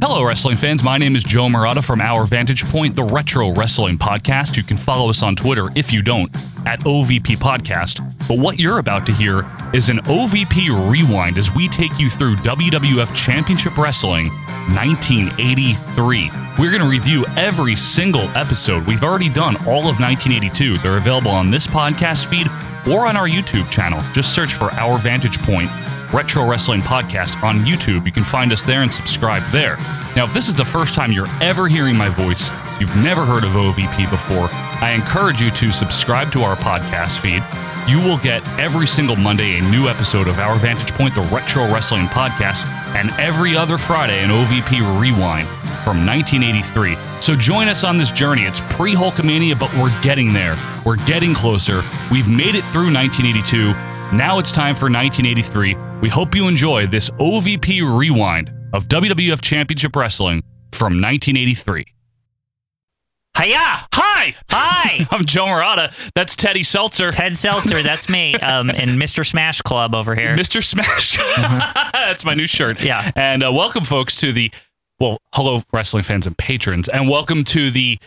Hello, wrestling fans. My name is Joe Murata from Our Vantage Point, the Retro Wrestling Podcast. You can follow us on Twitter if you don't at OVP Podcast. But what you're about to hear is an OVP rewind as we take you through WWF Championship Wrestling 1983. We're going to review every single episode. We've already done all of 1982. They're available on this podcast feed or on our YouTube channel. Just search for Our Vantage Point Retro Wrestling Podcast on YouTube. You can find us there and subscribe there. Now, if this is the first time you're ever hearing my voice, you've never heard of OVP before, I encourage you to subscribe to our podcast feed. You will get every single Monday a new episode of Our Vantage Point, the Retro Wrestling Podcast, and every other Friday an OVP Rewind from 1983. So join us on this journey. It's pre Hulkamania, but we're getting there. We're getting closer. We've made it through 1982. Now it's time for 1983. We hope you enjoy this OVP rewind of WWF Championship Wrestling from 1983. Hiya! Hi! Hi, I'm Joe Murata. That's Teddy Seltzer. Ted Seltzer, that's me, um, and Mr. Smash Club over here. Mr. Smash. That's my new shirt. Uh-huh. Yeah. And uh, welcome, folks, to the, well, hello, wrestling fans and patrons, and welcome to the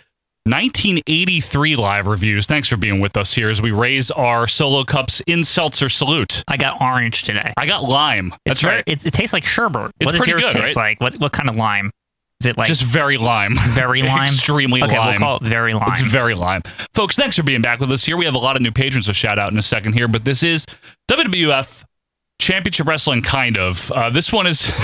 1983 live reviews. Thanks for being with us here as we raise our solo cups in seltzer salute. I got orange today. I got lime. It's That's right. It, it tastes like sherbet. It's what does pretty yours good, taste like? What what kind of lime? Is it like Just very lime. very lime? Extremely okay, lime. we'll call it very lime. It's very lime. Folks, thanks for being back with us here. We have a lot of new patrons to shout out in a second here, but this is WWF Championship Wrestling, kind of. Uh, this one is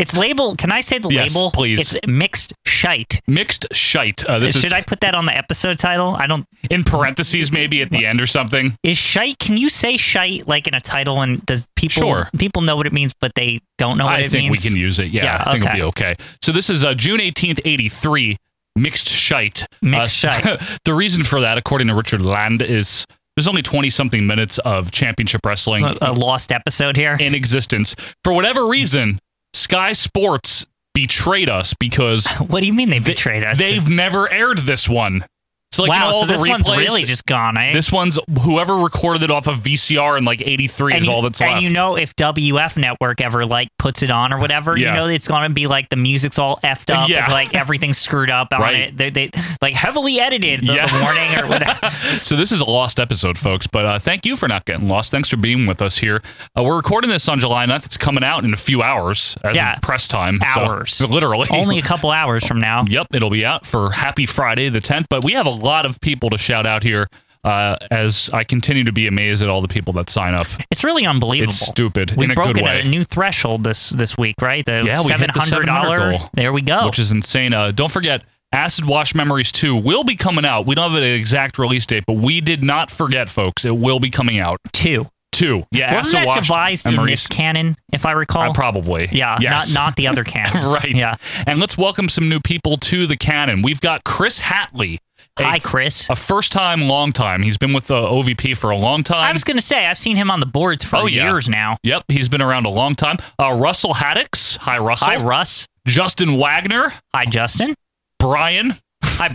it's labeled. Can I say the Yes, label? please. It's mixed shite. mixed shite. Uh, this Should is I put that on the episode title? I don't. in parentheses, maybe at the end or something. Is shite? Can you say shite like in a title? And does people Sure. people know what it means, but they don't know what I it think means? we can use it. Yeah, Yeah, I think it'll okay. be okay. So this is uh, June 18th, 83, mixed shite. Mixed Uh, the reason for that, according to Richard Land, is there's only 20 something minutes of championship wrestling. a, a lost episode here. in existence. For whatever reason, Sky Sports betrayed us because what do you mean they betrayed us? they've never aired this one. So like you wow, know, all so the this replays, one's really just gone. Eh? this one's whoever recorded it off of VCR in like '83 is you- all that's and left. you know, if WF Network ever like puts it on or whatever, Yeah. you know it's going to be like the music's all effed up, Yeah. and, like everything's screwed up on Right. it. They, they like heavily edited the, Yeah. the warning or whatever. so this is a lost episode, folks. But uh, thank you for not getting lost. Thanks for being with us here. Uh, we're recording this on July 9th. It's coming out in a few hours as Yeah. of press time. So- Hours. literally. Only a couple hours from now. Yep, it'll be out for Happy Friday the 10th. But we have a lot of people to shout out here uh, as I continue to be amazed at all the people that sign up. It's really unbelievable. It's stupid We in a broke good it way, at a new threshold this this week, right? The Yeah, we hit the $700 goal. There we go. which is insane. Uh, don't forget, Acid Wash Memories 2 will be coming out. We don't have an exact release date, but we did not forget, folks. It will be coming out. two. Two. Yeah, Wasn't Acid that Wash devised in Memories. this canon, if I recall? Uh, probably. yeah, Yes. not not the other canon. right. Yeah. And let's welcome some new people to the canon. We've got Chris Hatley. a- Hi, Chris. A first time, long time. He's been with the OVP for a long time. I was going to say I've seen him on the boards for Oh, yeah. years now. Yep, he's been around a long time. Uh, Russell Haddocks. Hi, Russell. Hi, Russ. Justin Wagner. Hi, Justin. Brian. Hi,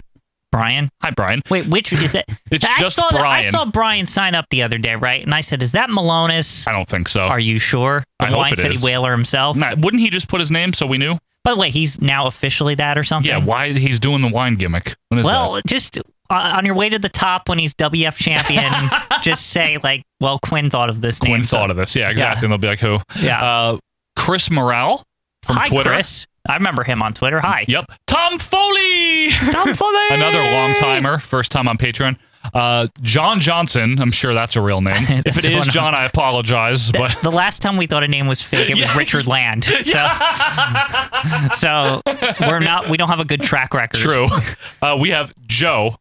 Brian. Hi, Brian. Wait, which is that? It's I just saw that- I Brian. saw Brian sign up the other day, right? And I said, "Is that Malonis? I don't think so. Are you sure?" I The hope Wine it City is. Whaler himself. Nah, wouldn't he just put his name so we knew? By the way, he's now officially that or something. Yeah, why he's doing the wine gimmick? What is well, that? just uh, on your way to the top when he's WF champion, just say like, "Well, Quinn thought of this Quinn name." so- thought of this. Yeah, exactly. And they'll be like, who? Yeah. Uh, Chris Morale from Hi, Twitter. Chris. I remember him on Twitter. Hi, Yep. Tom Foley. Tom Foley. Another long timer, first time on Patreon. Uh, John Johnson. I'm sure that's a real name. if That's it the is one. John, I apologize. But The last time we thought a name was fake, it was Yeah. Richard Land. So, so we're not, we don't have a good track record. true. Uh, we have Joe.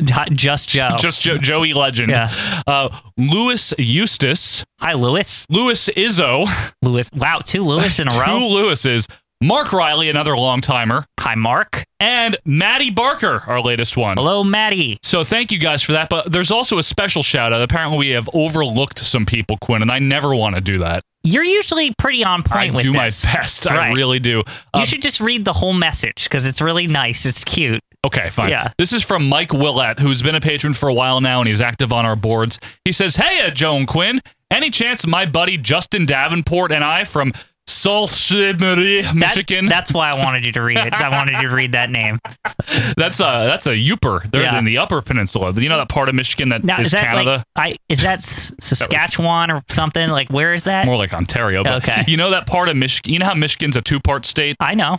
Not Just Joe. just jo- Joey Legend. Yeah. Uh, Lewis Eustace, Hi, Lewis. Lewis Izzo, Lewis. Wow, two Lewis in a two row. Lewises, Mark Riley, another long timer, Hi, Mark. and Maddie Barker, our latest one. Hello, Maddie. So thank you guys for that. But there's also a special shout out. Apparently, we have overlooked some people, Quinn, and I never want to do that. You're usually pretty on I point with do my this. best. I Right. really do. You Um, should just read the whole message because it's really nice. It's cute. Okay, fine. Yeah. This is from Mike Willett, who's been a patron for a while now and he's active on our boards. uh, He says, Hey, Joan Quinn, any chance my buddy Justin Davenport and I from Salt Ste. Marie, That- Michigan. That's why I wanted you to read it. I wanted you to read that name. that's a that's a youper. They're Yeah. in the Upper Peninsula. You know that part of Michigan that is Now is, that Canada. like I is that S- Saskatchewan or something? Like where is that? more like Ontario. But Okay. You know that part of Michigan. You know how Michigan's a two-part state. I know.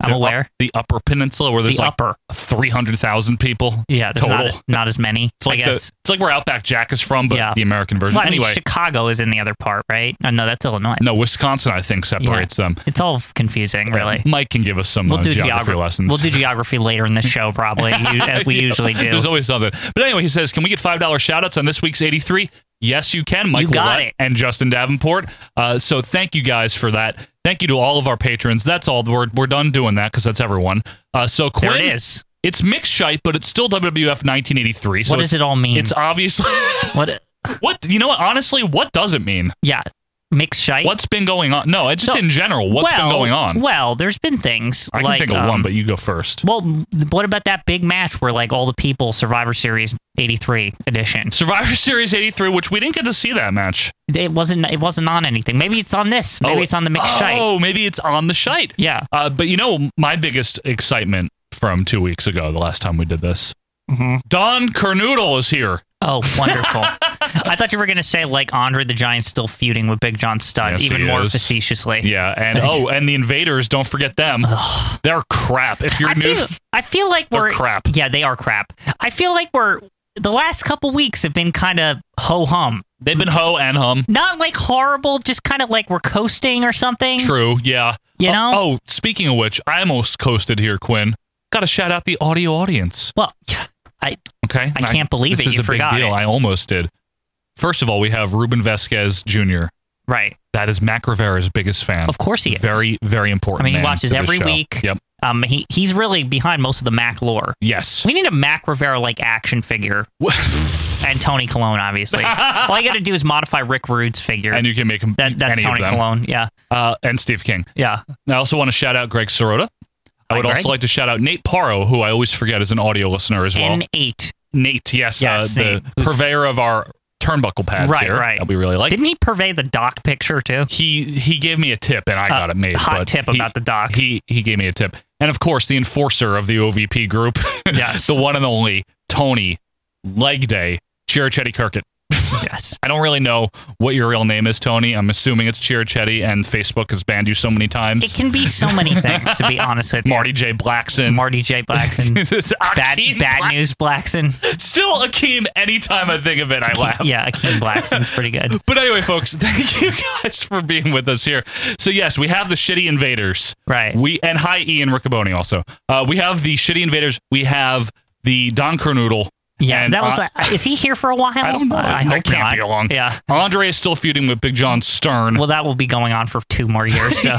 I'm They're up- aware. the Upper Peninsula, where there's The like upper. three hundred thousand people. Yeah, there's total. Not, not as many. it's like I the, guess. it's like where Outback Jack is from, but Yeah. the American version. Well, I mean, anyway, Chicago is in the other part, right? Oh, no, that's Illinois. no, Wisconsin I think separates them. It's all confusing, really. Mike can give us some We'll uh, do geography, geography lessons. We'll do geography later in the show, probably. You, as we You know, usually do. There's always something. But anyway, he says, "Can we get five dollars shout outs on this week's 83?" Yes, you can. Mike You got Ouellette it. and Justin Davenport. Uh, so thank you guys for that. Thank you to all of our patrons. That's all. We're we're done doing that because that's everyone. Uh, so Quinn, there it is. It's mixed shite, but it's still WWF 1983. So what it's, does it all mean? it's obviously what? what you know. What honestly, what does it mean? Yeah, mixed shite. What's been going on? No, it's just So- in general. What's well, been going on? Well, there's been things. I can like, think of um, one, but you go first. Well, what about that big match where like all the people Survivor Series '83 edition? Survivor Series '83, which we didn't get to see that match. It wasn't. It wasn't on anything. Maybe it's on this. Maybe it's on the mixed shite. Oh, maybe it's on the shite. Yeah. Uh, but you know, my biggest excitement from two weeks ago, the last time we did this, Mm-hmm. Don Carnoodle is here. Oh, wonderful. I thought you were going to say like Andre the Giant's still feuding with Big John Studd, Yes, even he more is. facetiously. Yeah, and oh, and the Invaders, don't forget them. They're crap. If you're I new, feel, I feel like They're we're crap. Yeah, they are crap. I feel like we're the last couple weeks have been kind of ho hum. they've been ho and hum. Not like horrible, just kind of like we're coasting or something. True. Yeah. Mm-hmm. You Oh- know? Oh, speaking of which, I almost coasted here, Quinn. Got to shout out the audio audience. Well, yeah, I Okay. I can't believe this it. is You a forgot big deal. it. I almost did. First of all, we have Ruben Vasquez Jr. right. That is Mac Rivera's biggest fan. Of course he is. Very, very I important. mean, he man watches to the every show. week. Yep. Um, he he's really behind most of the Mac lore. Yes. We need a Mac Rivera like action figure and Tony Colon, obviously. All you got to do is modify Rick Rude's figure. and you can make him that, that's any Tony of them. Colon. Yeah, Uh, and Steve King. yeah. I also want to shout out Greg Sorota. I Hi, would Greg. also like to shout out Nate Paro, who I always forget is an audio listener as well. N eight. Nate, yes, Yes, uh, Nate, the who's- purveyor of our turnbuckle pads Right, here. right. That we really like. Didn't he purvey the doc picture too? he he gave me a tip and I got it made. Hot but tip he- about the doc. He he gave me a tip, and of course the enforcer of the OVP group, Yes. the one and only Tony Leg Day Chirichetti Kirkett. yes. I don't really know what your real name is, Tony. I'm assuming it's Chirichetti, and Facebook has banned you so many times. It can be so many things, to be honest with you. Marty J. Blackson. Marty J. Blackson. It's Bad, Akeem bad Black- news, Blackson. Still Akeem. Anytime I think of it, I laugh. Yeah, Akeem Blackson's pretty good. But anyway, folks, thank you guys for being with us here. So yes, we have the shitty invaders. Right. We and hi Ian Riccoboni also. Uh, we have the shitty invaders. We have the Don Kernoodle. Yeah, and, that was. uh, like, is he here for a while? Uh, I don't know. I That hope can't not. be long. Yeah. Andre is still feuding with Big John Stern. Well, that will be going on for two more years. So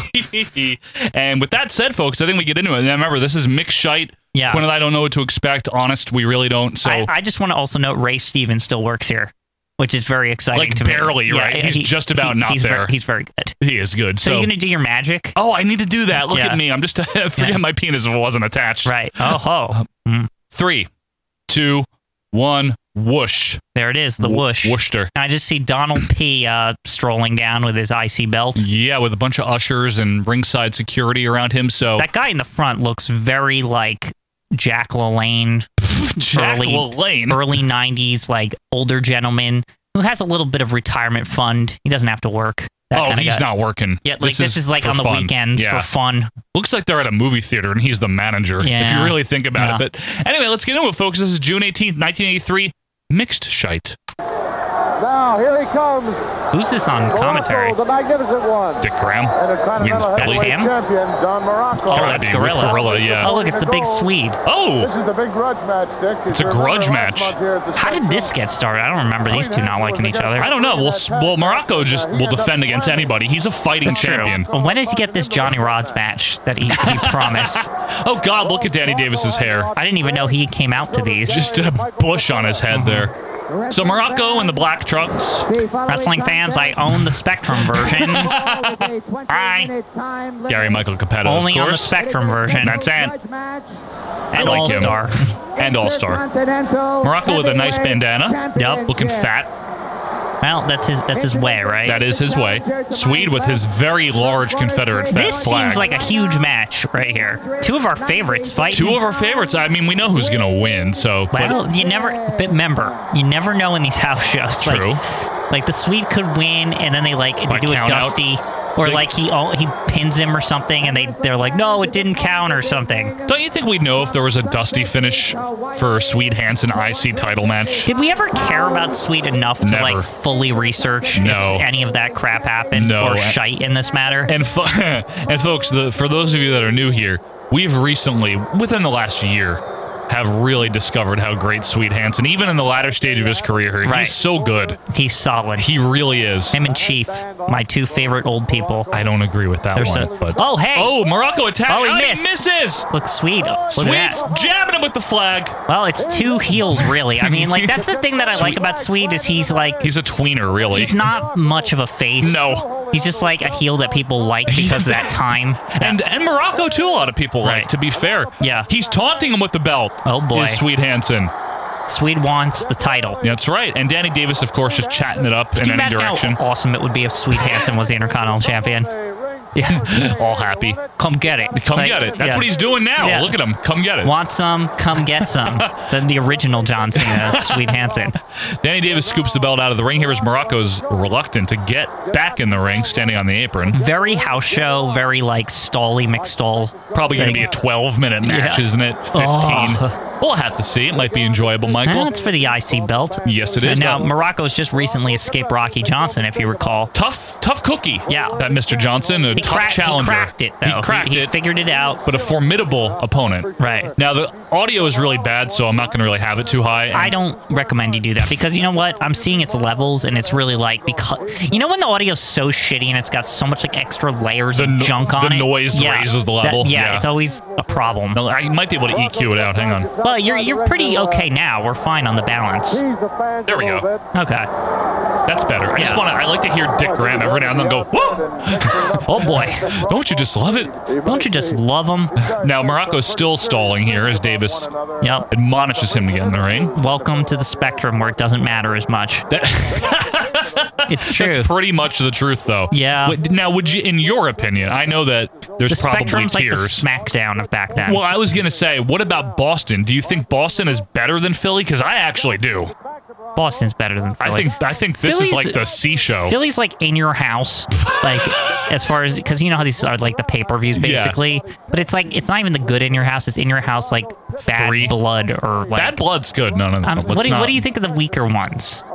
and with that said, folks, I think we get into it. And remember, this is mixed shite. Yeah. Quinn and I don't know what to expect. Honest, we really don't. So I, I just want to also note Ray Stevens still works here, which is very exciting Like, to barely, me. Yeah, right? He's just about not he's there. Very, he's very good. he is good. So, So, you're gonna do your magic, oh, I need to do that. Look Yeah. at me. I'm just I forget Yeah. my penis wasn't attached. Uh, right? Oh ho! Mm. Three, two, one. Whoosh. There it is, the whoosh. Worcester. And I just see Donald P. Uh, strolling down with his icy belt. Yeah, with a bunch of ushers and ringside security around him. So That guy in the front looks very like Jack LaLanne, Jack early- LaLanne. early '90s, like older gentleman who has a little bit of retirement fund. He doesn't have to work. That Oh, kinda he's guy. not working. Yeah, like this, is, like for on the fun. weekends Yeah. for fun. Looks like they're at a movie theater and he's the manager, if Yeah. you really think about Yeah. it. But anyway, let's get into it, folks. This is June 18th, 1983. Mixed shite. Now here he comes, Who's this on commentary? Morocco, the magnificent one, Dick Graham. and the Continental Wins Billy Heavyweight Ham? Champion Don Morocco. Oh, Gotta that's be Gorilla. With gorilla, yeah. Oh, look, it's the big Swede. Oh, This is the big grudge match, Dick. If It's a you remember grudge last match. month here at the How did Spectrum, this get started? I don't remember these two not liking each other. I don't know. Well, s- well, Morocco just will defend against anybody. He's a fighting It's true. champion. But When does he get this Johnny Rods match that he, he promised? Oh God, look at Danny Davis's hair. I didn't even know he came out to these. Just a bush on his head there. So Morocco and the black trucks. Wrestling fans, I own the Spectrum version, Hi. Gary Michael Capetta, only of on the course, Spectrum version. That's it. And like him. All Star. and All Star. Morocco Morocco with a nice bandana. Yep. Looking fat. Well, that's his that's his way, right? That is his way. Swede with his very large Confederate fat this flag. seems like a huge match right here. Two of our favorites fighting. Two of our favorites. I mean, we know who's gonna win. So, but- Well, you never. But remember, you never know in these house shows. True. Like, like the Swede could win, and then they like By they do a count out. dusty, or They- like he all- he pins him or something, and they they're like, no, it didn't count or something. don't you think we'd know if there was a dusty finish for Swede Hansen IC title match? Did we ever care about Swede enough to Never. like fully research No. if any of that crap happened No. or shite in this matter? And fo- and folks, the, for those of you that are new here, we've recently, within the last year, have really discovered how great Sweet Hansen, even in the latter stage of his career, here, Right. he's so good. He's solid. He really is. Him and Chief, my two favorite old people. I don't agree with that There's one. a- but Oh, hey! oh, Morocco attack! Oh, he missed. misses. With Swede. Look at Swede's that. jabbing him with the flag. Well, it's two heels, really. I mean, like that's the thing that I like Sweet. about Swede is he's like He's a tweener, really. he's not much of a face. No. he's just like a heel that people like because of that time. And and Morocco too. A lot of people like. Right. To be fair, Yeah. he's taunting him with the belt. Oh, boy. is Sweet Hansen. Swede wants the title. That's right. And Danny Davis, of course, just chatting it up in Can you any imagine direction. how awesome it would be if Swede Hansen was the Intercontinental Champion? Yeah. All happy. Come get it. Come Like, get it. That's yeah. what he's doing now. Yeah. Look at him. Come get it. Want some? Come get some. Than the original John Cena, Swede Hansen. Danny Davis scoops the belt out of the ring. Here is Morocco's reluctant to get back in the ring, standing on the apron. Very house show, very like Stally McStall. Probably going to thing. be a 12 minute match, Yeah. isn't it? 15. Oh. We'll have to see. It might be enjoyable, Michael. That's for the IC belt. Yes, it is. And now That- Morocco's just recently escaped Rocky Johnson, if you recall. tough, tough cookie. Yeah. That Mr. Johnson, a He, tough cracked, he challenger. cracked it, though. He cracked he it, figured it out. but a formidable opponent. Right. Now, the audio is really bad, so I'm not going to really have it too high. and- I don't recommend you do that because you know what? I'm seeing its levels and it's really like because you know when the audio's so shitty and it's got so much like extra layers The of no- junk on the it. noise raises the that- level. yeah, Yeah. it's always a problem. No, I might be able to EQ it out. Hang on. Well, you're you're pretty okay now. We're fine on the balance. There we go. Okay. That's better. I just Yeah. want to, I like to hear Dick Graham every now and then go, whoa! Oh boy. Don't you just love it? Don't you just love them? Now, Morocco's still stalling here as Davis Yep. admonishes him to get in the ring. Welcome to the spectrum where it doesn't matter as much. it's true. That's pretty much the truth, though. Yeah. Wait, Now, would you, in your opinion, I know that there's the probably spectrum's like the tears. SmackDown of back then. well, I was gonna say, what about Boston? Do you think Boston is better than Philly? Because I actually do. Boston's better than I Philly. think I think this is Philly's- like the C show. Philly's like in your house, like as far as because you know how these are like the pay per views basically, but it's like it's not even the good in your house. It's in your house like bad Three. blood or like. Bad Blood's good. No, no, no. um, let's what do you, not. what do you think of the weaker ones?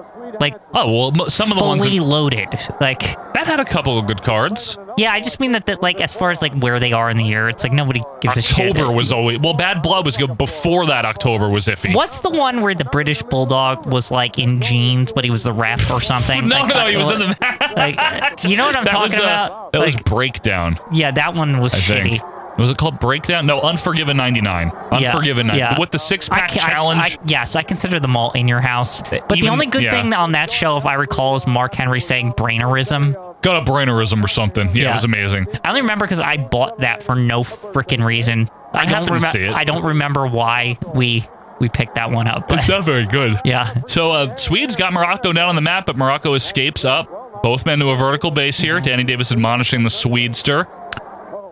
Like Oh well, mo- some of the fully ones that, loaded. Like that had a couple of good cards. yeah, I just mean that that like as far as like where they are in the year, it's like nobody gives a shit. October was always well. Bad Blood was good before that. October was iffy. What's the one where the British bulldog was like in jeans, but he was the ref or something? No, Like, no, uh, he was in the like, uh, you know what I'm that talking was uh, about? that was Like, breakdown. yeah, that one was I shitty. think. Was it called Breakdown? No, Unforgiven 99. Yeah, Unforgiven 99. yeah. With the six I pack ca- I- challenge. I- yes, I consider them all in your house. But Even- the only good yeah. thing on that show, if I recall, is Mark Henry saying brainerism. got a brainerism or something. Yeah, it Yeah. was amazing. I only remember because I bought that for no freaking reason. I, happened don't to see it. remember. I don't remember why we we picked that one up. It's um, but- not very good. yeah. So uh, Swedes got Morocco down on the map, but Morocco escapes up. Both men to a vertical base here. Danny Davis admonishing the Swedester.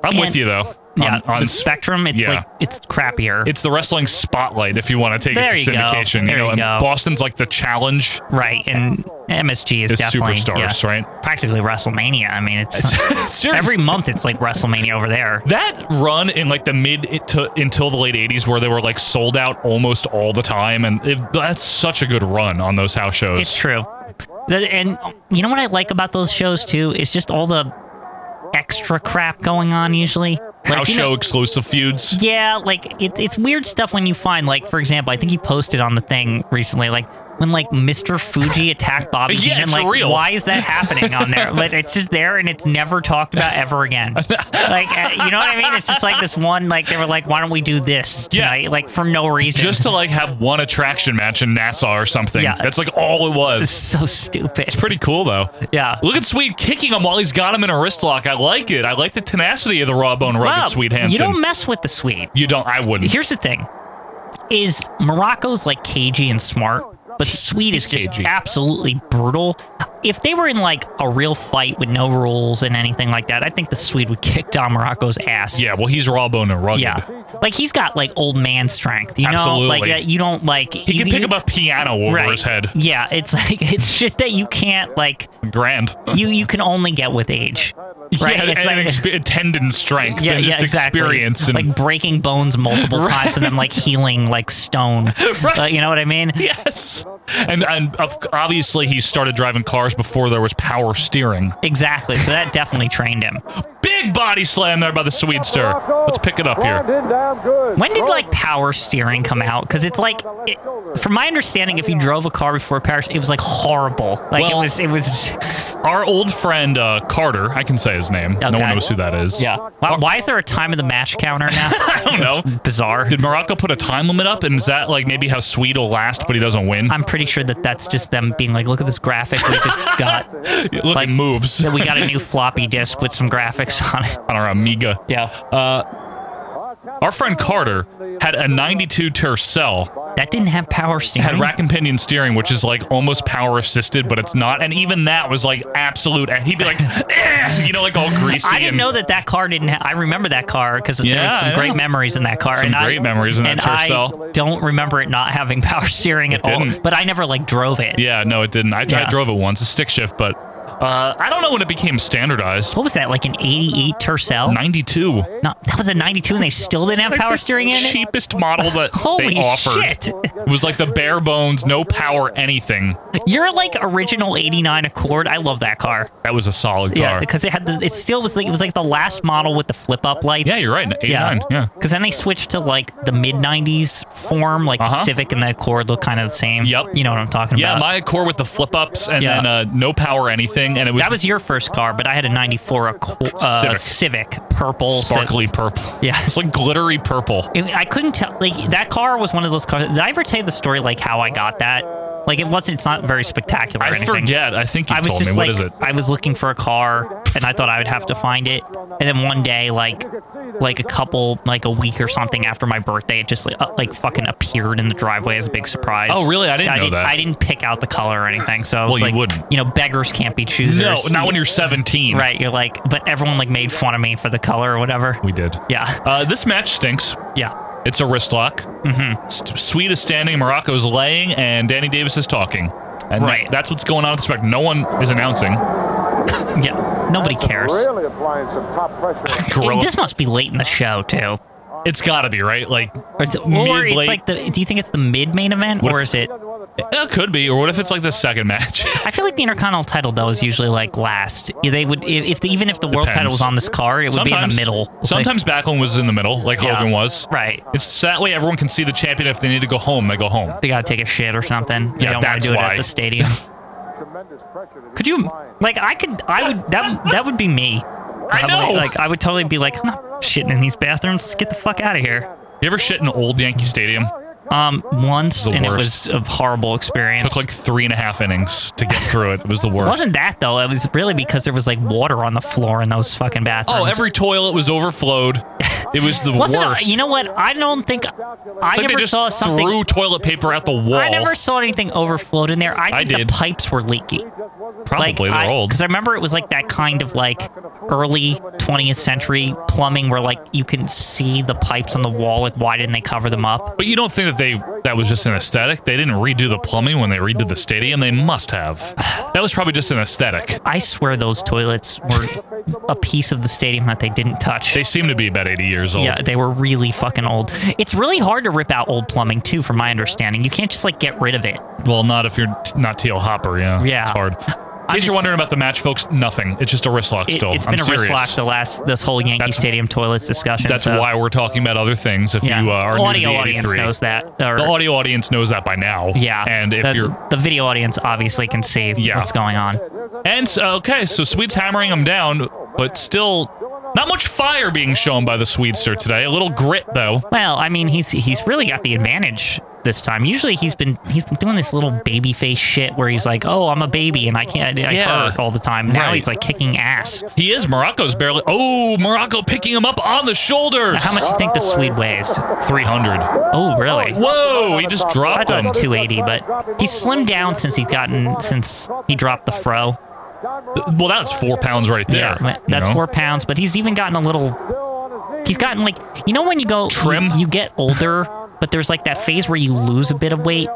I'm with And- you though. Yeah, On- on the s- spectrum, it's um, yeah. like it's crappier. It's the wrestling spotlight if you want to take There it you to go. syndication. There know, you and go. Boston's like the challenge. right, and MSG is It's definitely superstars, yeah, right? Practically WrestleMania. I mean, it's Seriously. every month it's like WrestleMania over there. That run in like the mid to, until the late 80s where they were like sold out almost all the time and it, that's such a good run on those house shows. It's true. The- And you know what I like about those shows too is just all the extra crap going on usually. Like, house you know- show exclusive feuds. yeah, like it, it's weird stuff when you find like, for example, I think he posted on the thing recently, like when like Mr. Fuji attacked Bobby Yeah, Heenan, it's like real. why is that happening on there? But it's just there and it's never talked about ever again. Like uh, you know what I mean? It's just like this one, like they were like, why don't we do this Yeah. tonight? Like for no reason. Just to like have one attraction match in Nassau or something. Yeah. That's like all it it's was. so stupid. Pretty cool though. Yeah. Look at Sweet kicking him while he's got him in a wrist lock. I like it. I like the tenacity of the raw bone rugged Wow, Sweet Hansen. You don't mess with the Swede. You don't- I wouldn't. Here's the thing: is Morocco's like cagey and smart, but Sweet is just cagey. absolutely brutal. If they were in like a real fight with no rules and anything like that, I think the Swede would kick Don Morocco's ass. Yeah, well, he's raw bone and rugged. Yeah. Like he's got like old man strength, you know? Like Absolutely. that you don't like He you, can pick you- up a piano over Right. his head. Yeah, it's like it's shit that you can't like Grand. you you can only get with age. Right? Yeah, it's and like exp- tendon strength yeah, and yeah, just exactly. experience and like breaking bones multiple times and then like healing like stone. Right. Uh, you know what I mean? yes, and and of, obviously he started driving cars before there was power steering. Exactly. So that definitely trained him. Big body slam there by the Swedester. Let's pick it up here. Lined in down good. When did Throw like power steering come out? Because it's like, it, from my understanding, if you drove a car before power, it was like horrible. Like Well- it was, it was, Our old friend uh, Carter, I can say his name. No Okay. one knows who that is. yeah. Why, why is there a time of the match counter now? I don't know. Bizarre. Did Morocco put a time limit up? And is that like maybe how Swede will last, but he doesn't win? I'm pretty sure that that's just them being like, look at this graphic we just got. Look, he like- moves we got a new floppy disk with some graphics on it. on our Amiga. Uh, Yeah. Our friend Carter had a 92 Tercel, That didn't have power steering. had rack and pinion steering, which is like almost power assisted, but it's not. And even that was like absolute. And he'd be like, "Eh," you know, like all greasy. I didn't and know that that car didn't. Ha- I remember that car because Yeah, there's I some great know. memories in that car. Some and I- great memories in that and Tercel. I don't remember it not having power steering at It all. didn't. But I never like drove it. Yeah, no, it didn't. I, I Yeah. drove it once, a stick shift, but uh, I don't know when it became standardized. What was that like an '88 Tercel? 92. No, that was a '92, and they still didn't have Like power the steering in it. Cheapest model that Holy they offered. shit! It was like the bare bones, no power, anything. You're like original '89 Accord. I love that car. That was a solid car. Yeah, because it had the, it still was like it was like the last model with the flip up lights. Yeah, you're right. 89, yeah. Because then they switched to like the mid '90s form, like Uh-huh. the Civic and the Accord look kind of the same. Yep. you know what I'm talking yeah, about. my core with the flip ups and Yeah. then uh, no power, anything, and it was, That was your first car, but I had a '94 Accord, uh, Civic. Civic. purple Civ- sparkly purple. Yeah. it's like glittery purple. And I couldn't tell. Like that car was one of those cars. Did I ever tell you the story like how I got that? Like it wasn't. It's not very spectacular. or I anything. forget. I think you I told was me. just what like is it? I was looking for a car, and I thought I would have to find it. And then one day, like like a couple, like a week or something after my birthday, it just like uh, like fucking appeared in the driveway as a big surprise. Oh, really? I didn't I know didn't, that. I didn't pick out the color or anything. So I was Well, you like, wouldn't. You know, beggars can't be choosers. No, not when you're 17. Right, you're like, but everyone like made fun of me for the color or whatever. We did. Yeah, Uh, this match stinks. yeah. It's a wrist lock. Mm-hmm. Sweet is standing, Morocco's laying, and Danny Davis is talking. And Right. that- that's what's going on at the spec. No one is announcing. Yeah, nobody cares. Really applying some top pressure. And Gorilla. this must be late in the show too. It's got to be right. Like Or, it's, or it's Mid-late. like the. Do you think it's the mid main event, What or if- is it? it could be. Or what if it's like the second match? I feel like the Intercontinental title though is usually like last. They would if, if the, even if the world title was on this card, it would be in the middle. Sometimes Backlund was in the middle, like Yeah. Hogan was. right? It's so that way everyone can see the champion. If they need to go home, they go home. They gotta take a shit or something. They Yeah, don't want that's to do it why. at the stadium. Tremendous pressure. to Could the you? line. Like I could. I would. That that would be me. I know. Like, like, I would totally be like, I'm not shitting in these bathrooms. Let's get the fuck out of here. You ever shit in old Yankee Stadium? Um, once The and worst. it was a horrible experience. Took like three and a half innings to get through it. It was the It worst. wasn't that though. It was really because there was like water on the floor in those fucking bathrooms. oh, every toilet was overflowed. It was the Wasn't it- worst. you know what? I don't think I it's like never they just saw something. threw toilet paper at the wall. I never saw anything overflowed in there. I think did. the pipes were leaky. Probably like, they're old. Because I remember it was like that kind of like early 20th century plumbing where like you can see the pipes on the wall. Like why didn't they cover them up? But you don't think that they that was just an aesthetic? They didn't redo the plumbing when they redid the stadium. They must have. That was probably just an aesthetic. I swear those toilets were a piece of the stadium that they didn't touch. They seem to be about 80 years old. Yeah, they were really fucking old. It's really hard to rip out old plumbing too, from my understanding. You can't just like get rid of it. Well, not if you're t- not Teal Hopper. Yeah. Yeah. It's hard. In case just- you're wondering about the match, folks, nothing. It's just a wrist lock it still. has I'm been a serious. wrist lock the last this whole Yankee That's- Stadium toilets discussion. That's so- why we're talking about other things. If Yeah. you uh, are audio new to the audience 83. knows that. Or, the audio audience knows that by now. yeah, And if the, you're the video audience obviously can see Yeah. what's going on. and so, okay, so Swede's hammering him down, but still not much fire being shown by the Swedester today. A little grit though. Well, I mean, he's he's really got the advantage this time. Usually he's been he's been doing this little baby face shit where he's like, "Oh, I'm a baby and I can't I Yeah. hurt all the time." Now Right. he's like kicking ass. He is. Morocco's barely. Oh, Morocco picking him up on the shoulders. How much do you think the Swede weighs? 300. Oh, really? Whoa, he just I dropped thought him. him 280, but he's slimmed down since he's gotten since he dropped the fro. Well, that's four pounds right there. Yeah, you that's know? four pounds, but he's even gotten a little. He's gotten like you know when you go Trim? you, you get older, but there's like that phase where you lose a bit of weight.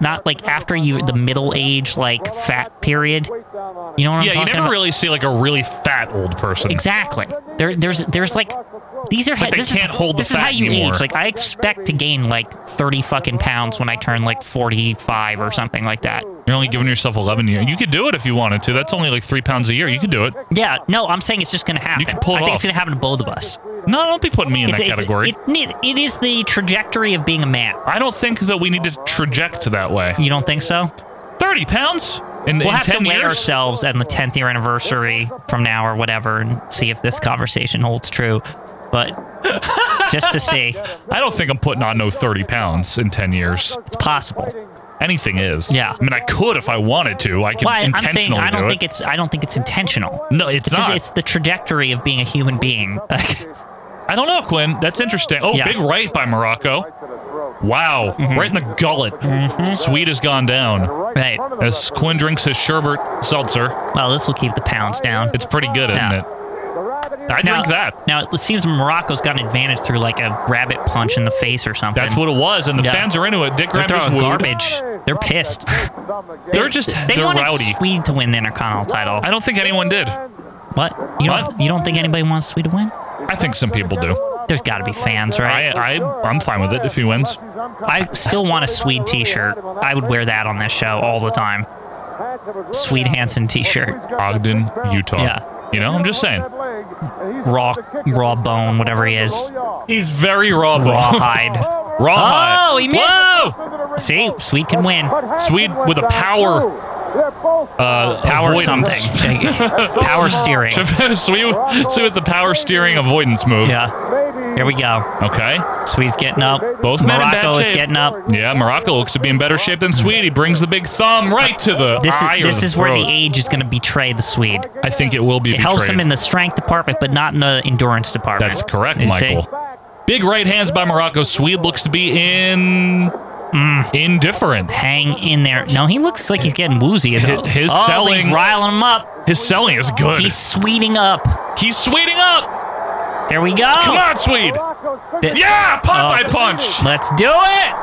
Not like after you the middle age like fat period. You know what I'm Yeah, talking you never about? really see like a really fat old person. Exactly. There, there's, there's like, these are. they this can't is, hold the This is fat how you anymore. age. Like, I expect to gain like thirty fucking pounds when I turn like forty-five or something like that. You're only giving yourself 11 years. You could do it if you wanted to. That's only like three pounds a year. You could do it. Yeah. No, I'm saying it's just gonna happen. can pull it I think off. it's gonna happen to both of us. No, don't be putting me in It's- that it's- category. it- it- it is the trajectory of being a man. I don't think that we need to traject that way. You don't think so? 30 pounds in, We'll in have to 10 weigh years? ourselves on the 10th year anniversary from now or whatever and see if this conversation holds true. But just to see, I don't think I'm putting on no 30 pounds in 10 years. it's possible. Anything is. Yeah. I mean, I could if I wanted to. I could Well, I- I'm intentionally saying I don't do think it. it's I don't think it's intentional. No, it's, It's, just, not. it's the trajectory of being a human being. I don't know, Quinn. That's interesting. Oh, Yeah. Mm-hmm. big right by Morocco. Wow. Right in the gullet. Sweet has gone down. right. As Quinn drinks his sherbet seltzer, Well, this will keep the pounds down. it's pretty good, isn't Yeah. it? I drink that. Now it seems Morocco's got an advantage through like a rabbit punch in the face or something. That's what it was, and the Yeah. fans are into it. Dick They're Graham just throwing wooed. garbage. They're pissed. They're just They they're wanted rowdy. Swede to win the Intercontinental title. I don't think anyone did. What? You don't? What? You don't think anybody wants Swede to win? I think some people do. There's got to be fans, I, right? I I'm fine with it if he wins. I still want a Swede T-shirt. I would wear that on this show all the time. Swede Hansen T-shirt. Ogden, Utah. Yeah. You know, I'm just saying. raw raw bone, whatever he is. He's very raw. Rawhide. Raw. Oh, he missed. Whoa! See, Swede can win. Swede with a power- Uh, Power avoidance. something. Power steering. Sweet, sweet with the power steering avoidance move. Yeah. Here we go. Okay. Swede's getting up. Both men in bad Morocco is shape. getting up. Yeah, Morocco looks to be in better shape than Swede. He brings the big thumb right to the This eye is, or this the is where the throat. age is going to betray the Swede. I think it will be It helps him betrayed. in the strength department, but not in the endurance department. That's correct, You see? Michael. Big right hands by Morocco. Swede looks to be in Mm. indifferent. Hang in there. No, he looks like he's getting woozy. His, Hi- his oh, selling- He's riling him up. His selling is good. He's He's, sweeting up. sweeting up. Here we go. Come on, Swede. Th- Yeah, Popeye Oh. punch. Let's do it.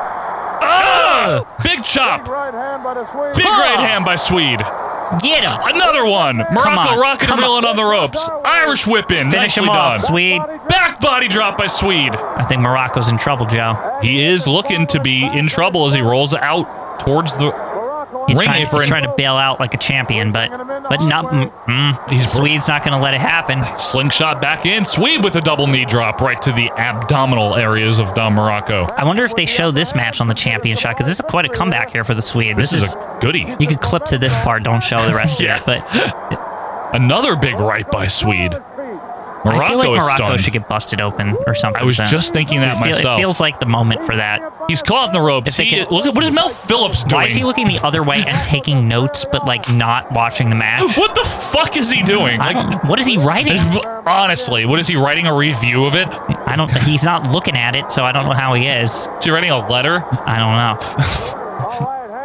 Ugh. Big chop. Big Huh. right hand by Swede. Get him. Another one. Morocco on. rocking and Come on. reeling on the ropes. Irish whip in. Finish Nicely him off, done. Swede. Back body drop by Swede. I think Morocco's in trouble, Joe. He is looking to be in trouble as he rolls out towards the. He's, Ring trying, apron. he's trying to bail out like a champion, but but not. Mm, mm, Swede's not going to let it happen. Slingshot back in. Swede with a double knee drop right to the abdominal areas of Don Morocco. I wonder if they show this match on the champion shot because this is quite a comeback here for the Swede. This is a goodie. you could clip to this part, don't show the rest Yeah. of it. But Another big right by Swede. Morocco I feel like is Morocco stunned. should get busted open or something. I was so. just thinking that I feel- myself. It feels like the moment for that. He's caught in the ropes. If they He, can- look at what is Mel Phillips doing? Why is he looking the other way and taking notes, but like not watching the match? What the fuck is he doing? I Like, don't, what is he writing? is- honestly, what is he writing a review of it? I don't. He's not looking at it, so I don't know how he is. Is he writing a letter I don't know.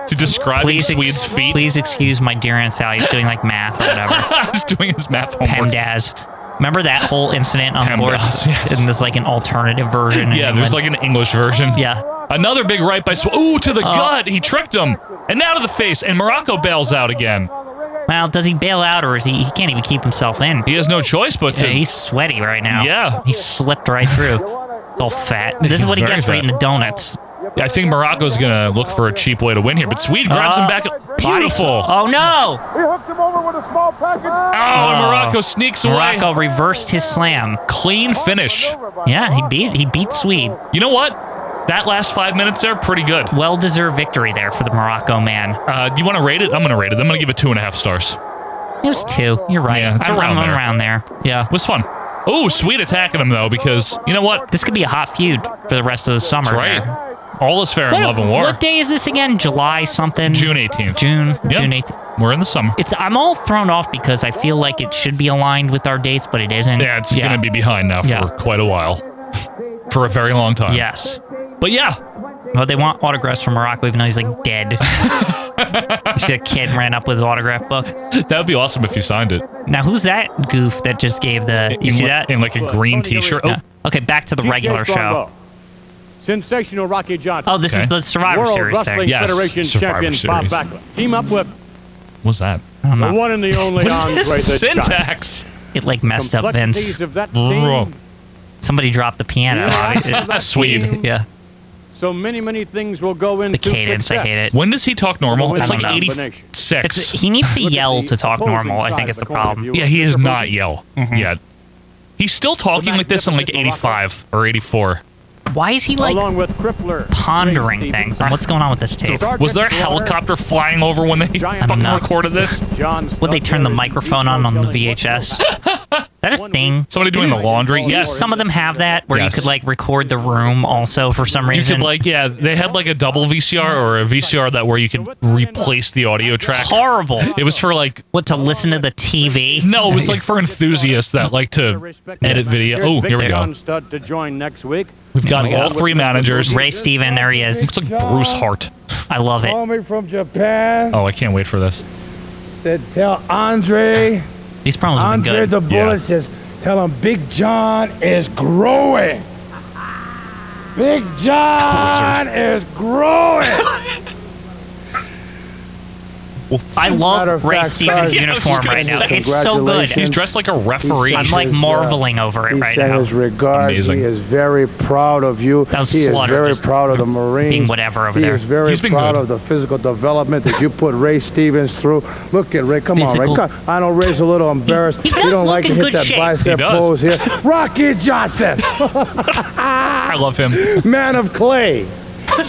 to describe Please, ex- Swede's feet? please excuse my dear Aunt Sally. He's doing like math or whatever. He's doing his math homework. PEMDAS. Remember that whole incident on board? PEMDAS, yes. And there's like an alternative version. in Yeah, there's England. like an English version. Yeah. Oh. Another big right by Sw- Ooh, to the gut. He tricked him. And now to the face. And Morocco bails out again. Well, does he bail out or is he? He can't even keep himself in. He has no choice but to. Yeah, he's sweaty right now. Yeah. He slipped right through. It's all fat. This He's is what he very gets for fat. eating the donuts. I think Morocco's going to look for a cheap way to win here. But Swede grabs him Uh, back. body- Beautiful. Oh, Oh no! He hooked him over with a small and package. Oh. Morocco sneaks away. Morocco reversed his slam. Clean finish. Yeah, he beat he beat Swede. You know what? That last five minutes there, pretty good. Well deserved victory there for the Morocco man. Uh, do you want to rate it? I'm going to rate it. I'm going to give it two and a half stars. It was two. You're right. Yeah, it's I'm, around I'm there. around there. Yeah. It was fun. Ooh, Swede attacking him, though, because you know what? This could be a hot feud for the rest of the summer. That's right. there. All is fair in What, love and war. what day is this again? July something? June 18th. June. Yep. June 18th. We're in the summer. It's I'm all thrown off because I feel like it should be aligned with our dates, but it isn't. yeah, it's going to be behind now for Yeah. quite a while, for a very long time. Yes. But yeah, But they want autographs from Morocco, even though he's like dead. You see, a kid ran up with his autograph book. that would be awesome if you signed it. Now, who's that goof that just gave the? You in, see li- that? in like a green T-shirt. Oh, Yeah. Okay, back to the regular show. Sensational Rocky Johnson. Oh, this Okay. is the Survivor World Series Wrestling thing. Yes, Federation Survivor champion Bob Series. Backlund. Team up with what's that? I don't the know. one and the only What Andre is this the Giant. syntax? It like messed up Complexities Vince. of that Bro. team, Somebody dropped the piano. Yeah. It- Swede. yeah, So many, many things will go into the cadence. I hate it. When does he talk normal? Well, It's I like don't know. It's, 86. he needs to Look at yell the to talk opposing normal. I side think of is the the corner problem. view. yeah, he is not yell yet. He's still talking like this in like 85 or 84. Why is he like along with Crippler, pondering things? And what's going on with this tape? Was there a helicopter flying over when they Giant fucking nut. recorded this? John Would they turn the microphone on on the VHS? Is that a thing? Somebody doing the laundry? Yes. Some of them have that where Yes. you could like record the room also for some You reason. could like, yeah, they had like a double VCR or a VCR that where you could replace the audio track. horrible. It was for like, What to listen to the TV? no, it was like for enthusiast that like to edit video. Oh, here we go. Stud to join next week. We've Oh got all three managers. Ray Steven, there he is. Looks like Bruce Hart. I love it. Homie from Japan Oh, I can't wait for this. said, "Tell Andre, These promos have been Andre good. the Bullet Yeah. says, tell him Big John is growing. Big John is growing. I Matter of love Ray fact, Stevens' sorry. uniform Yeah, I right was just now. gonna say, It's so good. He's dressed like a referee. I'm like He's, uh, marveling over it He right sent now. his regards. Amazing. He is very proud of you. That was he is Slaughter very just proud of the Marines. being whatever over he there. is very He's been proud good. of the physical development that you put Ray Stevens through. Look at Ray. Come Physical. on, Ray. Come, I know Ray's a little embarrassed. He- he does don't look like in to hit good that shape. bicep He does. pose here. Rocky Johnson, I love him. man of clay.